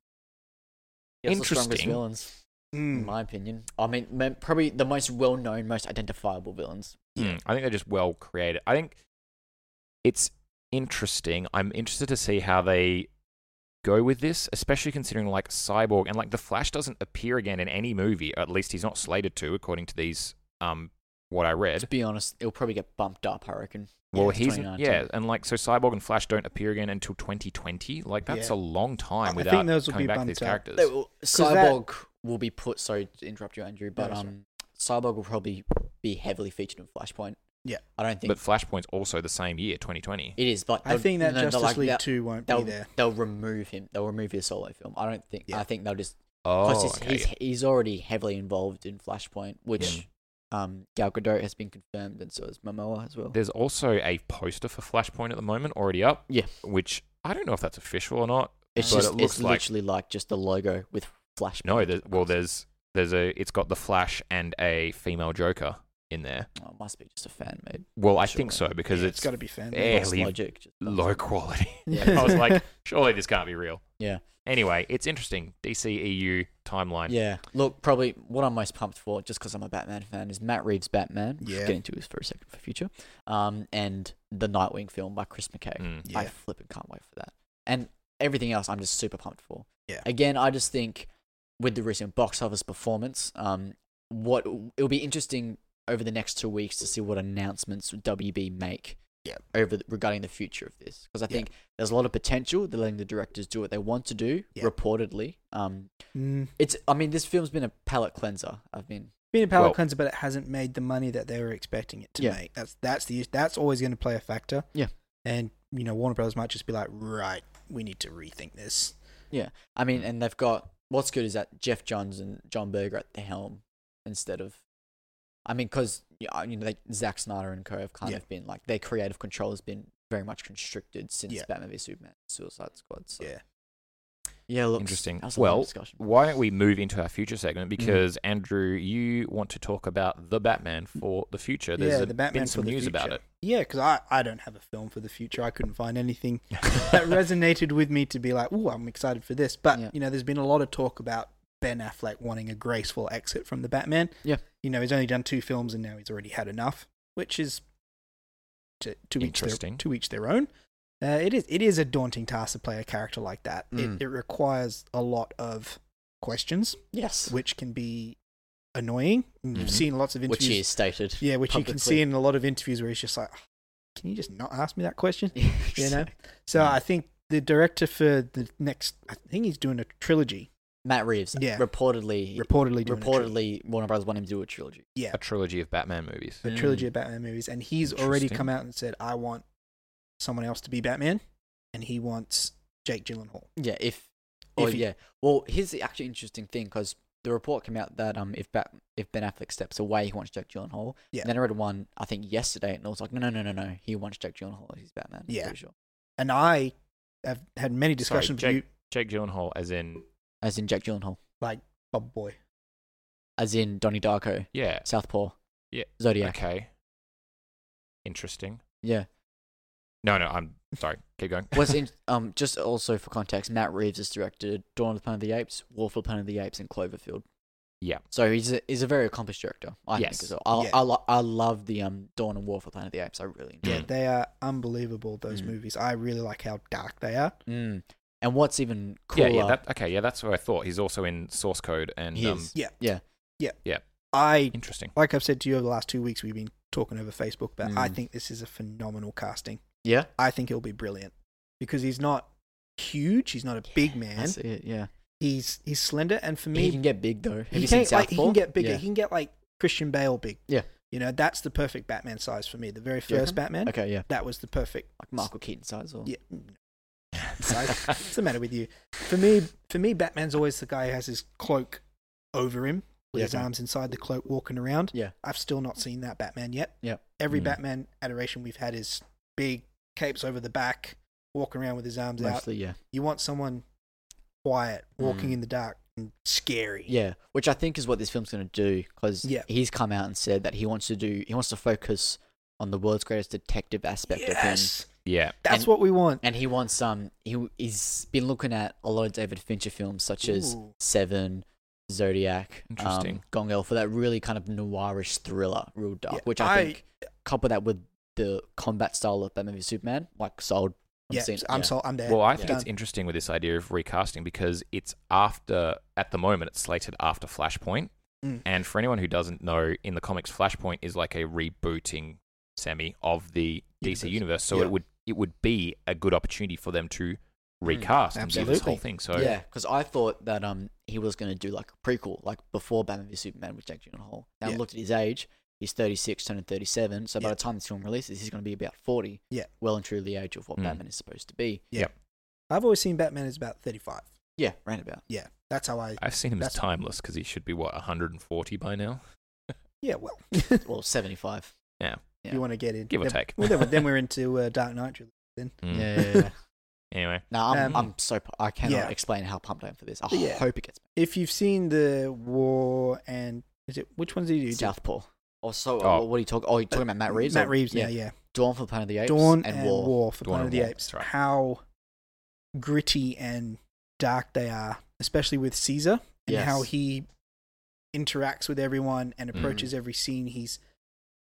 D: Yes, the strongest
B: Interesting.
D: villains, in
C: Mm.
D: my opinion. I mean, ma- probably the most well-known, most identifiable villains.
B: Mm, I think they're just well created. I think it's interesting. I'm interested to see how they go with this, especially considering like Cyborg and like the Flash doesn't appear again in any movie. At least he's not slated to, according to these um what I
D: To
B: read.
D: be honest, it'll probably get bumped up. I reckon.
B: Well,
D: it's
B: he's
D: 2019.
B: yeah, and like so Cyborg and Flash don't appear again until 2020. Like that's
C: Yeah.
B: a long time
C: I
B: without
C: think those will
B: coming
C: be
B: back to these
C: bumped up.
B: characters.
D: They will-
C: 'Cause that-
D: Cyborg will be put. Sorry to interrupt you, Andrew, but
C: that's all
D: um, Cyborg will probably be heavily featured in Flashpoint.
C: Yeah.
D: I don't think
B: But Flashpoint's also the same year, 2020.
D: it is. But
C: I
D: they'll-
C: think that
D: no, they'll
C: Justice
D: like-
C: League
D: they'll-
C: Two won't be
D: They'll,
C: there.
D: they'll remove him. They'll remove his solo film. I don't think.
C: Yeah.
D: I think they'll just
B: oh,
D: Because he's,
B: okay.
D: he's, he's already heavily involved in Flashpoint, which um, Gal Gadot has been confirmed, and so is Momoa as well.
B: There's also a poster for Flashpoint at the moment already up.
D: Yeah.
B: Which I don't know if that's official or not.
D: It's
B: but
D: just
B: it looks
D: it's
B: like-
D: literally like just the logo with Flashpoint.
B: No, there's, well, there's there's a it's got the Flash and a female Joker in there.
D: Oh, it must be just a fan made.
B: Well, I
D: Sure.
B: think so because
C: Yeah,
B: it's,
C: it's got to be fan.
B: eh,
D: Lost
B: leave-
D: logic. just-
B: low quality.
D: Yeah.
B: I was like, surely this can't be real.
D: Yeah.
B: Anyway, it's interesting. DCEU timeline.
D: Yeah. Look, probably what I'm most pumped for, just because I'm a Batman fan, is Matt Reeves' Batman. which we'll
C: Yeah.
D: Get into this for a second for future. Um, and the Nightwing film by Chris McKay.
B: Mm.
C: Yeah.
D: I flip and can't wait for that. And everything else, I'm just super pumped for.
C: Yeah.
D: Again, I just think with the recent box office performance, um, what it'll be interesting over the next two weeks to see what announcements WB make
C: Yeah.
D: over the, regarding the future of this. Because I
C: Yeah.
D: think there's a lot of potential. They're letting the directors do what they want to do,
C: Yeah.
D: reportedly. Um,
C: Mm.
D: it's. I mean, this film's been a palate cleanser. I've been.
C: Been a palate
B: Well-
C: cleanser, but it hasn't made the money that they were expecting it to
D: Yeah.
C: make. That's that's the that's always going to play a factor.
D: Yeah.
C: And you know Warner Brothers might just be like, right, we need to rethink this.
D: I
C: Mm.
D: mean, and they've got what's good is that Jeff Johns and John Berger at the helm instead of. I mean, because you know, like Zack Snyder and co have kind
C: Yeah.
D: of been like their creative control has been very much constricted since
C: Yeah.
D: Batman v Superman, Suicide Squad. So.
C: Yeah.
D: Yeah, look,
B: Interesting.
D: That was a long
B: Well,
D: discussion.
B: why don't we move into our future segment?
C: Mm-hmm.
B: Because Andrew, you want to talk about the Batman for the future. There's
C: Yeah,
B: a-
C: the Batman
B: been
C: for
B: some
C: the
B: news about
C: future.
B: it.
C: Yeah, because I I don't have a film for the future. I couldn't find anything that resonated with me to be like, oh, I'm excited for this. But
D: Yeah.
C: you know, there's been a lot of talk about Ben Affleck wanting a graceful exit from the Batman.
D: Yeah.
C: You know, he's only done two films and now he's already had enough, which is to to each their,
B: Interesting.
C: to each their own. Uh, it is it is a daunting task to play a character like that.
D: Mm.
C: It, it requires a lot of questions,
D: Yes,
C: which can be annoying. And You've
B: Mhm.
C: seen lots of
D: Mm-hmm. which
C: interviews,
D: he is stated.
C: yeah, which you can
D: publicly.
C: see in a lot of interviews where he's just like, "Can you just not ask me that question?" you know. So
B: Mm.
C: I think the director for the next, I think he's doing a trilogy.
D: Matt Reeves.
C: Yeah.
D: reportedly,
C: Reportedly, doing a trilogy.
D: reportedly, Warner Brothers want him to do a trilogy.
C: yeah,
B: A trilogy of Batman movies.
C: a trilogy of Batman movies, and he's already
B: Hmm. Interesting.
C: come out and said, "I want someone else to be Batman," and he wants Jake Gyllenhaal.
D: Yeah, if. Oh
C: If he-
D: yeah. Well, here's the actually interesting thing because the report came out that um if Bat- if Ben Affleck steps away, he wants Jack Gyllenhaal.
C: Yeah.
D: And then I read one I think yesterday, and it was like, no, no, no, no, no. He wants Jack Gyllenhaal. He's Batman. I'm
C: Yeah.
D: pretty sure.
C: And I have had many
B: Sorry,
C: discussions
B: Jake,
C: with you,
B: Jake Gyllenhaal, as in
D: As in Jack Gyllenhaal.
C: Bob Boy.
D: As in Donnie Darko,
B: yeah,
D: Southpaw.
B: Yeah.
D: Zodiac.
B: okay, interesting.
D: Yeah.
B: No, no, I'm sorry. Keep going.
D: Was in um just also for context, Matt Reeves has directed Dawn of the Planet of the Apes, War for the Planet of the Apes, and Cloverfield.
B: Yeah.
D: So he's a, he's a very accomplished director. I
B: Yes.
D: think as well. I,
C: Yeah.
D: I, lo- I love the um Dawn and War for the Planet of the Apes. I
B: Hmm.
D: really enjoy.
C: Yeah, they are unbelievable. Those
D: Mm.
C: movies. I really like how dark they are.
D: it. Mm. And what's even
B: yeah,
D: cooler?
B: yeah. That, okay, yeah, that's what I thought. He's also in Source Code and
D: He
B: um,
D: is.
C: Yeah,
D: Yeah.
C: yeah,
B: Yeah.
C: I
B: interesting.
C: like I've said to you over the last two weeks, we've been talking over Facebook, but I
B: Hmm.
D: Mm.
C: think this is a phenomenal casting.
D: yeah.
C: I think he'll be brilliant because he's not huge. He's not a big man.
D: That's it. Yeah.
C: He's he's slender, and for me,
D: he can get big though. Have
C: he
D: you
C: can,
D: seen
C: like, he
D: Southpaw?
C: can get bigger.
D: Yeah.
C: He can get like Christian Bale big.
D: Yeah.
C: you know that's the perfect Batman size for me. The very
D: Do you
C: first
D: reckon?
C: Batman,
D: Okay. Yeah.
C: that was the perfect.
D: Like Michael Keaton size or.
C: Yeah, mm, size. What's the matter with you? For me, for me, Batman's always the guy who has his cloak over him with
D: Yeah,
C: his
D: okay.
C: arms inside the cloak, walking around.
D: Yeah.
C: I've still not seen that Batman yet.
D: Yeah.
C: Every
B: Mm.
C: Batman adoration we've had is big capes over the back, walking around with his arms out.
D: Mostly. Yeah.
C: You want someone quiet, walking
D: Mm.
C: in the dark, and scary.
D: Yeah, which I think is what this film's going to do because
C: Yeah.
D: he's come out and said that he wants to do he wants to focus on the world's greatest detective aspect of him,
C: yes,
B: yeah,
C: that's
D: And-
C: what we want.
D: and he wants um he he's been looking at a lot of David Fincher films such as
C: Ooh.
D: Seven, Zodiac, um,
B: Interesting.
D: Gone Girl for that really kind of noirish thriller, real dark,
C: Yeah,
D: which I,
C: I-
D: think couple that with the combat style of Batman v Superman, like sold. I'm
C: yeah,
D: seeing-
C: I'm
D: yeah.
C: sold. I'm there.
B: Well, I think
C: Done.
B: it's interesting with this idea of recasting because it's after, at the moment, it's slated after Flashpoint.
C: Mm.
B: And for anyone who doesn't know, in the comics, Flashpoint is like a rebooting semi of the DC
D: Universe.
B: universe. So
C: Yeah.
B: it would it would be a good opportunity for them to recast and do this
C: absolutely.
B: whole thing. So
D: Yeah, because I thought that um he was going to do like a prequel, like before Batman v Superman with Jack Gyllenhaal. Now I
C: Yeah.
D: looked at his age; he's thirty six, turning thirty seven. So by
C: Yeah.
D: the time this film releases, he's going to be about forty.
C: Yeah.
D: well and truly the age of what
B: Mm.
D: Batman is supposed to be.
C: I've always seen Batman as about 35.
D: Yeah, round about.
C: Yeah, that's how I.
B: I've seen him as
C: That's-
B: timeless because he should be, what, 140 by now?
C: Yeah, well,
D: Well, seventy five. Yeah.
C: you want to get in.
B: Give or
C: then,
B: take.
C: Well, then, we're- then we're into uh, Dark Knight. trilogy.
B: Mm.
D: Yeah, yeah, yeah.
B: Anyway,
D: no, I'm,
C: Um,
D: I'm so pu- I cannot
C: yeah.
D: explain how pumped I am for this. I
C: Yeah.
D: hope it gets
C: If you've seen the War and is it which ones did you do?
D: Southpaw. Or so,
B: Oh.
D: what are you talking? Oh, you're talking about Matt Reeves.
C: Matt
D: or-
C: Reeves. Yeah, yeah.
D: Dawn for Planet of the Apes.
C: Dawn
D: and,
C: and,
D: War.
C: War. for
B: Dawn
C: Planet of
B: and
C: the
B: War,
C: Apes.
B: that's right.
C: How gritty and dark they are, especially with Caesar and
D: Yes.
C: how he interacts with everyone and
D: Mm.
C: approaches every scene. He's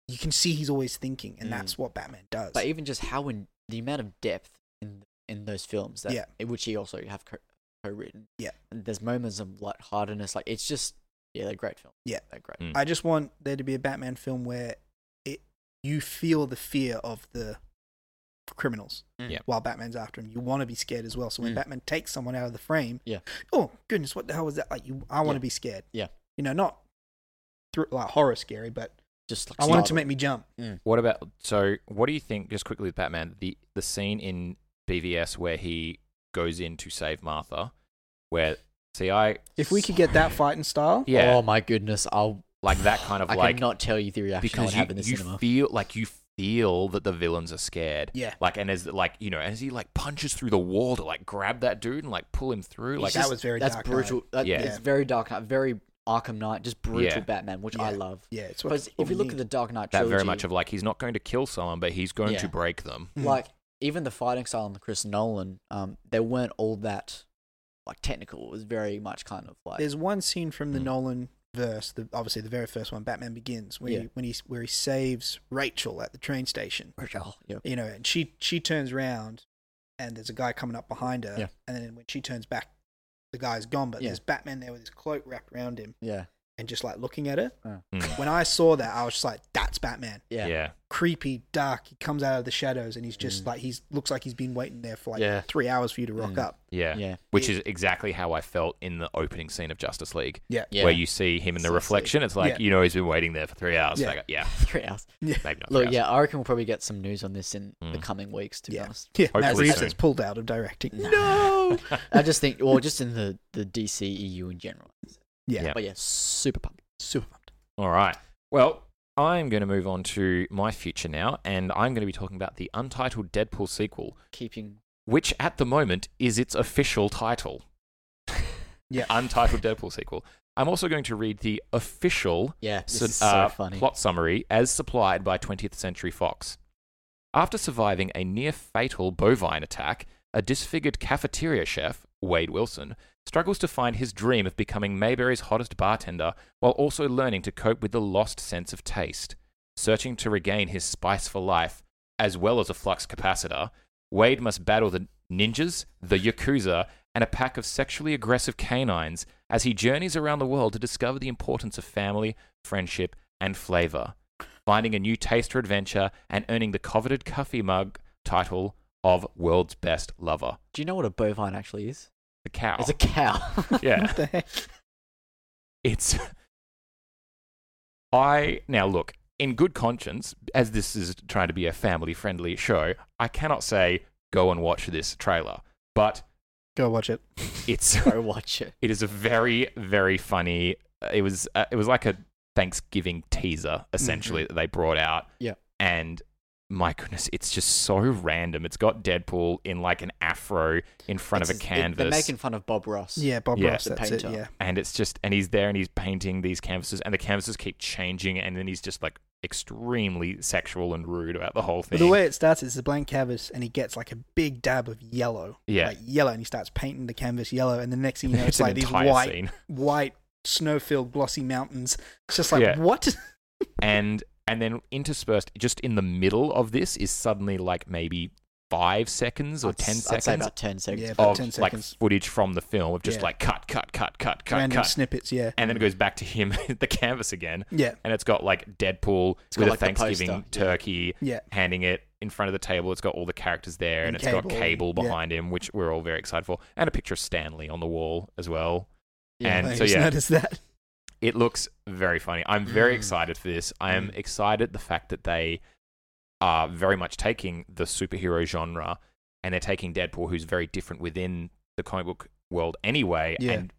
C: you can see he's always thinking, and
D: Mm.
C: that's what Batman does.
D: But even just how in the amount of depth in in those films that
C: Yeah.
D: in which he also have co- co-written.
C: Yeah.
D: And there's moments of lightheartedness. Like it's just Yeah, they're great film.
C: Yeah.
D: they're great.
B: Mm.
C: I just want there to be a Batman film where it you feel the fear of the criminals
D: Mm.
B: Yep.
C: while Batman's after him. You want to be scared as well. So when
D: Mm.
C: Batman takes someone out of the frame,
D: Yeah.
C: Oh goodness, what the hell was that? Like you, I want
D: Yeah.
C: to be scared.
D: Yeah.
C: You know, not thr- like horror scary, but
D: Just like
C: I want it to
D: startled.
C: make me jump.
B: What about so? What do you think? Just quickly with Batman, the the scene in BVS where he goes in to save Martha, where see I
C: If we could get that fighting style,
B: yeah
D: Oh my goodness! I'll
B: like that kind of
D: I
B: like
D: cannot tell you the reaction I would
B: because you,
D: have in the
B: you
D: cinema.
B: feel like you feel that the villains are scared
C: Yeah.
B: like and as like you know as he like punches through the wall to like grab that dude and like pull him through
D: It's
B: like
C: that
D: just-
C: was very
D: that's
C: Dark
D: brutal. That,
B: Yeah.
D: it's very dark. Knight, Very Arkham Knight. Just brutal
B: Yeah.
D: Batman, which I
C: Yeah.
D: love.
C: yeah, it's what,
D: Because if you look at the Dark Knight
B: that
D: trilogy,
B: very much of like he's not going to kill someone but he's going
D: Yeah.
B: to break them
C: Mhm.
D: like even the fighting style on Chris Nolan, um, they weren't all that like technical. It was very much kind of like
C: there's one scene from the
B: Mm.
C: Nolan verse, the, obviously the very first one, Batman Begins, where
D: Yeah.
C: he, when he where he saves Rachel at the train station.
D: yeah,
C: you know, and she she turns round, and there's a guy coming up behind her,
D: Yeah.
C: and then when she turns back, the guy's gone, but
D: Yeah.
C: there's Batman there with his cloak wrapped around him,
D: yeah,
C: and just like looking at her.
D: Oh.
B: Mm.
C: When I saw that, I was just like, "That's Batman."
D: yeah,
C: Creepy, dark. He comes out of the shadows, and he's just
D: Mm.
C: like he's looks like he's been waiting there for like
D: Yeah.
C: three hours for you to rock
D: Mm.
C: up.
B: yeah,
D: yeah.
B: which is exactly how i felt in the opening scene of justice league
C: Yeah,
D: Yeah.
B: where you see him in the
D: So sweet.
B: reflection it's like
C: Yeah.
B: you know he's been waiting there for three hours
C: Yeah.
B: Like, yeah
D: Three hours.
B: maybe not three
D: Look,
B: hours.
D: yeah, I reckon we'll probably get some news on this in the
B: Mm.
D: coming weeks. To be
C: Yeah.
D: honest,
C: yeah. Matt
B: Hopefully
C: Reeves
B: soon.
C: is pulled out of directing.
D: no, I just think, well, just in the the DC EU in general.
C: Yeah,
B: Yeah.
D: But yeah, super pumped.
C: super pumped.
B: All right. Well, I'm going to move on to my future now, and I'm going to be talking about the untitled Deadpool sequel,
D: Keeping
B: which at the moment is its official title.
C: Yeah.
B: untitled Deadpool sequel. I'm also going to read the official
D: yeah, this
B: so-
D: is so
B: uh,
D: funny.
B: plot summary as supplied by 20th Century Fox. After surviving a near fatal bovine attack, a disfigured cafeteria chef, Wade Wilson, struggles to find his dream of becoming Mayberry's hottest bartender while also learning to cope with the lost sense of taste. Searching to regain his spice for life, as well as a flux capacitor, Wade must battle the ninjas, the Yakuza, and a pack of sexually aggressive canines as he journeys around the world to discover the importance of family, friendship, and flavor, finding a new taste for adventure and earning the coveted coffee mug title of World's Best Lover.
D: Do you know what a bovine actually is?
B: The cow.
D: It's a cow.
B: yeah.
C: What the heck?
B: It's. I. Now, look, in good conscience, as this is trying to be a family friendly show, I cannot say go and watch this trailer, but
C: Go watch it.
B: it's.
D: Go watch it.
B: It is a very, very funny. It was uh, it was like a Thanksgiving teaser essentially that they brought out.
D: Mm-hmm. Yeah.
B: and my goodness, it's just so random. It's got Deadpool in like an afro in front of
D: It's-
B: a
D: it- they're
B: canvas,
D: making fun of Bob Ross.
C: Yeah, Bob
B: Yeah.
C: Ross.
D: The
C: That's it.
D: painter.
C: Yeah,
B: and it's just and he's there and he's painting these canvases, and the canvases keep changing, and then he's just like extremely sexual and rude about the whole thing.
C: But the way it starts is a blank canvas, and he gets like a big dab of yellow,
B: Yeah.
C: like yellow, and he starts painting the canvas yellow. And the next thing you know, it's,
B: an
C: like these
B: entire
C: white,
B: scene.
C: white snow-filled glossy mountains. It's just like
B: Yeah.
C: what?
B: and and then interspersed just in the middle of this is suddenly like maybe five seconds or
D: I'd,
B: ten
D: I'd say
B: seconds
D: about ten seconds.
C: Yeah, about
B: of
C: 10
B: like
C: seconds.
B: footage from the film of just
C: Yeah.
B: like cut, cut, cut, cut, cut,
C: Random
B: cut,
C: snippets. Yeah,
B: and then it goes back to him the canvas again,
C: yeah,
B: and it's got like Deadpool
D: It's
B: with
D: got, like,
B: a
D: the
B: Thanksgiving
D: poster, yeah.
B: turkey
C: yeah.
B: handing it in front of the table. It's got all the characters there, and,
C: And
B: it's got
C: Cable,
B: cable
C: yeah.
B: behind him, which we're all very excited for, and a picture of Stanley on the wall as well.
D: Yeah.
B: And
C: I
B: so
C: just
B: yeah,
C: noticed that.
B: it looks very funny. I'm very
D: Mm.
B: excited for this. I am
D: Mm.
B: excited the fact that they are very much taking the superhero genre and they're taking Deadpool, who's very different within the comic book world anyway,
C: Yeah.
B: and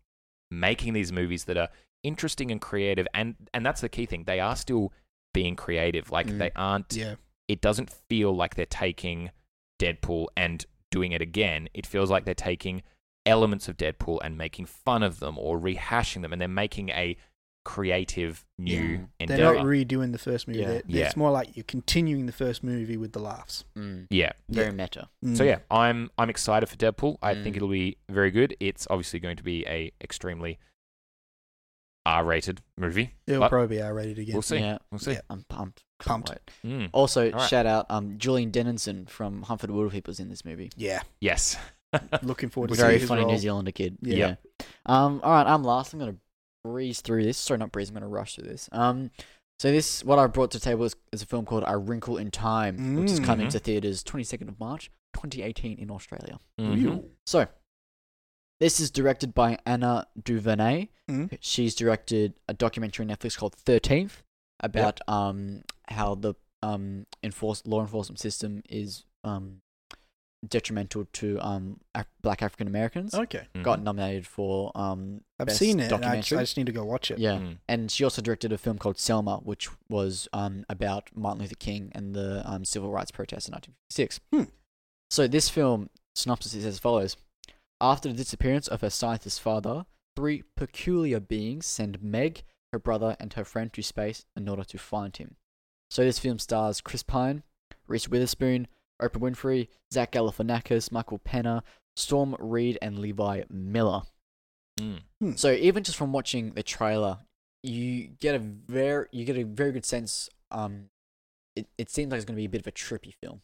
B: making these movies that are interesting and creative. And and that's the key thing. They are still being creative. Like
D: Mm.
B: they aren't.
C: Yeah,
B: It doesn't feel like they're taking Deadpool and doing it again. It feels like they're taking elements of Deadpool and making fun of them or rehashing them, and they're making a creative new
C: they're
B: endeavor.
C: not redoing the first movie.
D: Yeah.
C: They're-
B: Yeah.
C: It's more like you're continuing the first movie with the laughs.
D: Mm,
B: yeah.
D: very meta.
C: Mm.
B: So yeah, I'm I'm excited for Deadpool. I
D: Mm.
B: think it'll be very good. It's obviously going to be a extremely R-rated movie.
C: it'll
B: but
C: probably be R-rated again.
B: We'll see.
D: Yeah.
B: We'll see.
C: Yeah.
D: I'm pumped. Can't
C: Pumped.
D: wait.
B: Mm.
D: Also,
B: All right.
D: shout out um, Julian Dennison from Humphrey Waterheap was in this movie.
C: Yeah,
B: Yes.
C: looking forward to
B: Which
C: seeing
D: Very
C: his
D: funny
C: role.
D: New Zealander kid.
C: Yeah.
D: Um. All right, I'm last. I'm gonna breeze through this. Sorry, not breeze. I'm going to rush through this. Um, so this what I brought to the table is, is a film called A Wrinkle in Time, which is coming
B: Mhm.
D: to theaters 22nd of March, 2018 in Australia.
B: Mhm.
D: So, this is directed by Anna Duvernay.
C: Mhm.
D: She's directed a documentary on Netflix called Thirteenth about um how the um enforce law enforcement system is um detrimental to um Af- Black African Americans.
C: Okay.
B: Mm-hmm.
D: Got nominated for um
C: I've
D: best
C: seen it. and I just,
D: documentary.
C: I just need to go watch it.
D: yeah,
B: Mm.
D: and she also directed a film called Selma, which was um, about Martin Luther King and the um, civil rights protests in 1956.
C: Hmm.
D: So this film synopsis is as follows: After the disappearance of her scientist father, three peculiar beings send Meg, her brother, and her friend to space in order to find him. So this film stars Chris Pine, Reese Witherspoon, Oprah Winfrey, Zach Galifianakis, Michael Penna, Storm Reed, and Levi Miller.
B: Mm.
D: So even just from watching the trailer, you get a very you get a very good sense. Um, it, it seems like it's going to be a bit of a trippy film.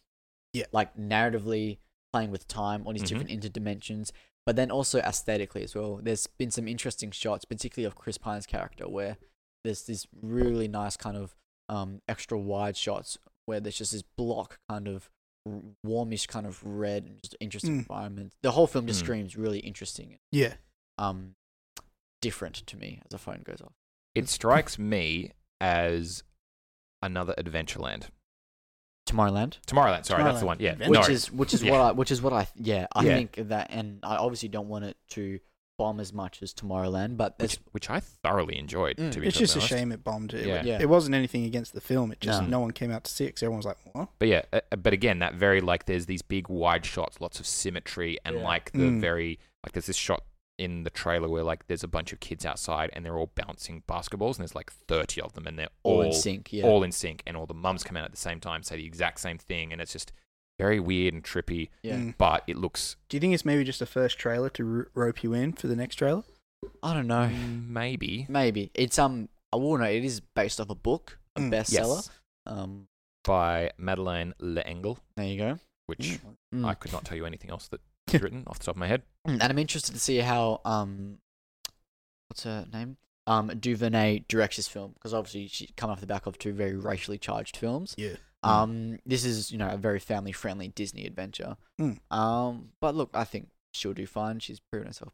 C: Yeah.
D: like narratively playing with time, all these
B: Mhm.
D: different interdimensions, but then also aesthetically as well. There's been some interesting shots, particularly of Chris Pine's character, where there's this really nice kind of um extra wide shots where there's just this block kind of r- warmish kind of red and just interesting
C: Mm.
D: environment. The whole film just
B: Mm.
D: screams really interesting
C: Yeah.
D: um different to me as the phone goes off.
B: It strikes me as another Adventureland.
D: Tomorrowland,
B: Tomorrowland, sorry, that's the
C: Tomorrowland.
B: one. Yeah,
C: Adventure-
D: which
B: no.
D: is which is
B: Yeah.
D: what I which is what I yeah I
B: Yeah.
D: think that and I obviously don't want it to bomb as much as Tomorrowland, but
B: which,
D: that's
B: which I thoroughly enjoyed.
D: Mm.
B: To be
C: It's just a
B: perfectly honest.
C: shame it bombed. It,
B: Yeah.
D: Yeah.
C: it wasn't anything against the film. It just
D: No.
C: no, one came out to see it 'cause everyone was like, what?
B: But yeah, uh, uh, but again, that very like there's these big wide shots, lots of symmetry, and
D: Yeah.
B: like the
C: Mm.
B: very like there's this shot in the trailer where like there's a bunch of kids outside and they're all bouncing basketballs, and there's like thirty of them, and they're
D: all
B: all,
D: in sync. Yeah,
B: all in sync, and all the mums come out at the same time, say the exact same thing, and it's just very weird and trippy.
D: yeah.
C: Mm.
B: But it looks
C: Do you think it's maybe just a first trailer to ro- rope you in for the next trailer?
D: I don't know.
B: maybe
D: Maybe it's um I will know it is based off a book, a
C: Mm.
D: bestseller.
B: yes
D: Um,
B: by Madeleine L'Engle,
D: there you go.
B: which
D: Mm.
B: I could not tell you anything else that is written off the top of my head.
D: Mm, and I'm interested to see how um, what's her name? Um, Duvernay directs this film because obviously she's come off the back of two very racially charged films.
C: Yeah.
B: Mm.
D: Um, this is you know a very family friendly Disney adventure.
C: Mm.
D: Um, but look, I think she'll do fine. She's proven herself.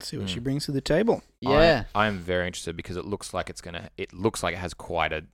C: See what
B: Mm.
C: she brings to the table.
B: I-
D: Yeah,
B: I'm very interested because it looks like it's gonna. It looks like it has quite a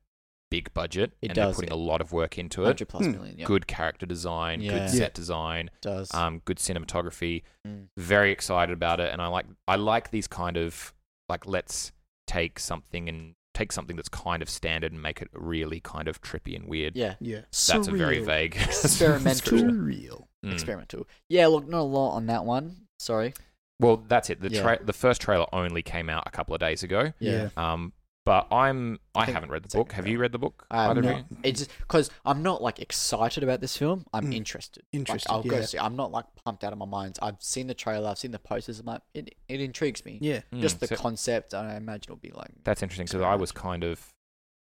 B: big budget,
D: It
B: and
D: does,
B: they're putting a
D: yeah.
B: lot of work into it.
D: hundred plus
C: Mm.
D: million. Yeah,
B: Good character design,
D: Yeah.
B: good set design,
D: does.
C: Ah.
B: um, good cinematography.
D: Mm.
B: Very excited about it, and I like. I like these kind of like let's take something and take something that's kind of standard and make it really kind of trippy and weird.
D: yeah,
C: Yeah.
B: That's a very
D: Surreal.
B: vague
D: Experimental.
B: description.
C: Surreal.
B: Mm.
D: experimental. Yeah, look, not a lot on that one. Sorry.
B: Well, that's it. The
D: Yeah.
B: tra- the first trailer only came out a couple of days ago.
C: Yeah.
B: Um, but I'm
D: I
B: I
D: think
B: haven't read the
D: second
B: book. Have
D: trailer.
B: you read the book?
D: I have
B: either of
D: not.
B: you?
D: It's just because I'm not like excited about this film. I'm
C: Mm.
D: interested.
C: Interested,
D: Like, I'll go
C: yeah.
D: see. I'm not like pumped out of my mind. I've seen the trailer. I've seen the posters. I'm like, it, it intrigues me.
C: Yeah.
B: Mm,
D: Just the
B: so-
D: concept. and I imagine it'll be like.
B: That's interesting because I was kind of,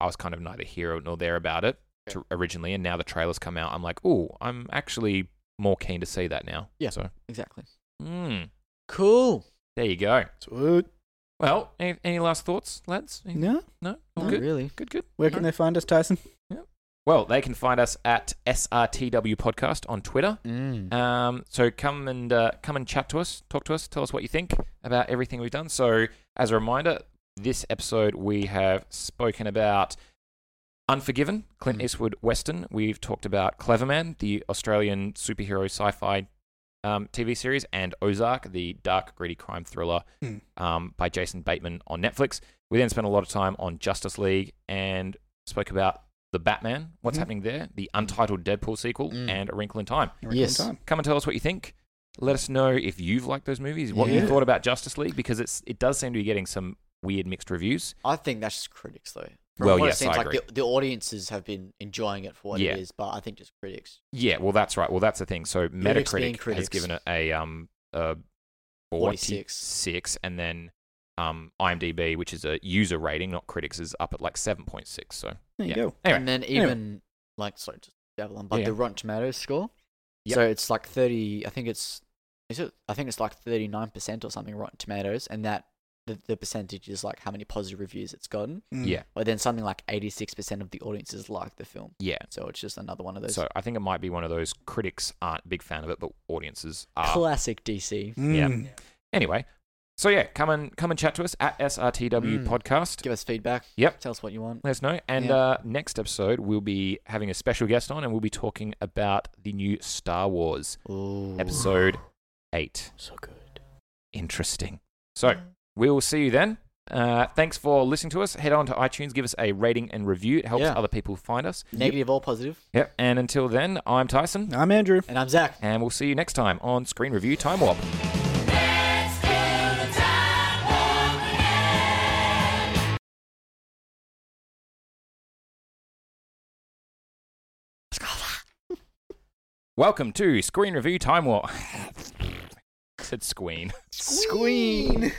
B: I was kind of neither here nor there about it to, originally, and now the trailers come out. I'm like, oh, I'm actually more keen to see that now.
D: Yeah.
B: So,
D: exactly.
B: mm,
D: Cool.
B: there you go.
C: So, uh,
B: Well, any, any last thoughts, lads? Any-
C: no?
B: No. All
D: Not
B: good.
D: really.
B: Good. Good.
C: Where can they find us, Tyson?
B: Well, they can find us at SRTW Podcast on Twitter.
D: Mm.
B: Um, so come and uh, come and chat to us, talk to us, tell us what you think about everything we've done. So, as a reminder, this episode we have spoken about Unforgiven, Clint
D: Mm.
B: Eastwood Western. We've talked about Cleverman, the Australian superhero sci-fi um, TV series, and Ozark, the dark, gritty crime thriller
C: Mm.
B: um, by Jason Bateman on Netflix. We then spent a lot of time on Justice League and spoke about the Batman, what's
C: Mhm.
B: happening there, the untitled Deadpool sequel,
D: Mm-hmm. Mm.
B: and A Wrinkle in Time
C: Reckon
D: Yes.
C: Time.
B: come and tell us what you think. Let us know if you've liked those movies, what you
C: Yeah.
B: thought about Justice League, because it's it does seem to be getting some weird mixed reviews.
D: I think that's just critics though. From
B: Well,
D: what
B: yes,
D: it seems
B: I
D: like
B: agree.
D: The, the audiences have been enjoying it for what
B: Yeah.
D: it is, but I think just critics.
B: Yeah, well, that's right. Well, that's the thing. So
D: Critics being
B: Metacritic has
D: critics.
B: given it a um a
D: 46.
B: six, and then um IMDb, which is a user rating, not critics, is up at like seven point six. So
C: There you
B: Yeah.
C: go.
B: Anyway.
D: And then
C: Anyway.
D: even like sorry, just Javelin, but
B: Yeah,
D: the
B: yeah.
D: Rotten Tomatoes score.
B: Yep.
D: So it's like thirty. I think it's is it? I think it's like thirty nine percent or something Rotten Tomatoes, and that the, the percentage is like how many positive reviews it's gotten.
C: Mm.
B: Yeah.
D: But then something like 86% of the audiences like the film.
B: Yeah.
D: So it's just another one of those
B: So I think it might be one of those critics aren't a big fan of it, but audiences are.
D: classic DC.
C: Mm.
B: anyway, so yeah, come and come and chat to us at SRTW
D: Mm.
B: Podcast.
D: Give us feedback.
B: Yep.
D: Tell us what you want.
B: Let us know. And
D: Yeah.
B: uh, next episode, we'll be having a special guest on, and we'll be talking about the new Star Wars
D: Ooh.
B: episode eight.
D: So good.
B: Interesting. So we will see you then. Uh, thanks for listening to us. Head on to iTunes, give us a rating and review. It helps
D: Yeah.
B: other people find us.
D: Negative or positive.
B: Yep. And until then, I'm Tyson,
C: I'm Andrew.
D: And I'm Zach.
B: and we'll see you next time on Screen Review Time Warp. Welcome to Screen Review Time Warp. said squeen.
D: Squeen.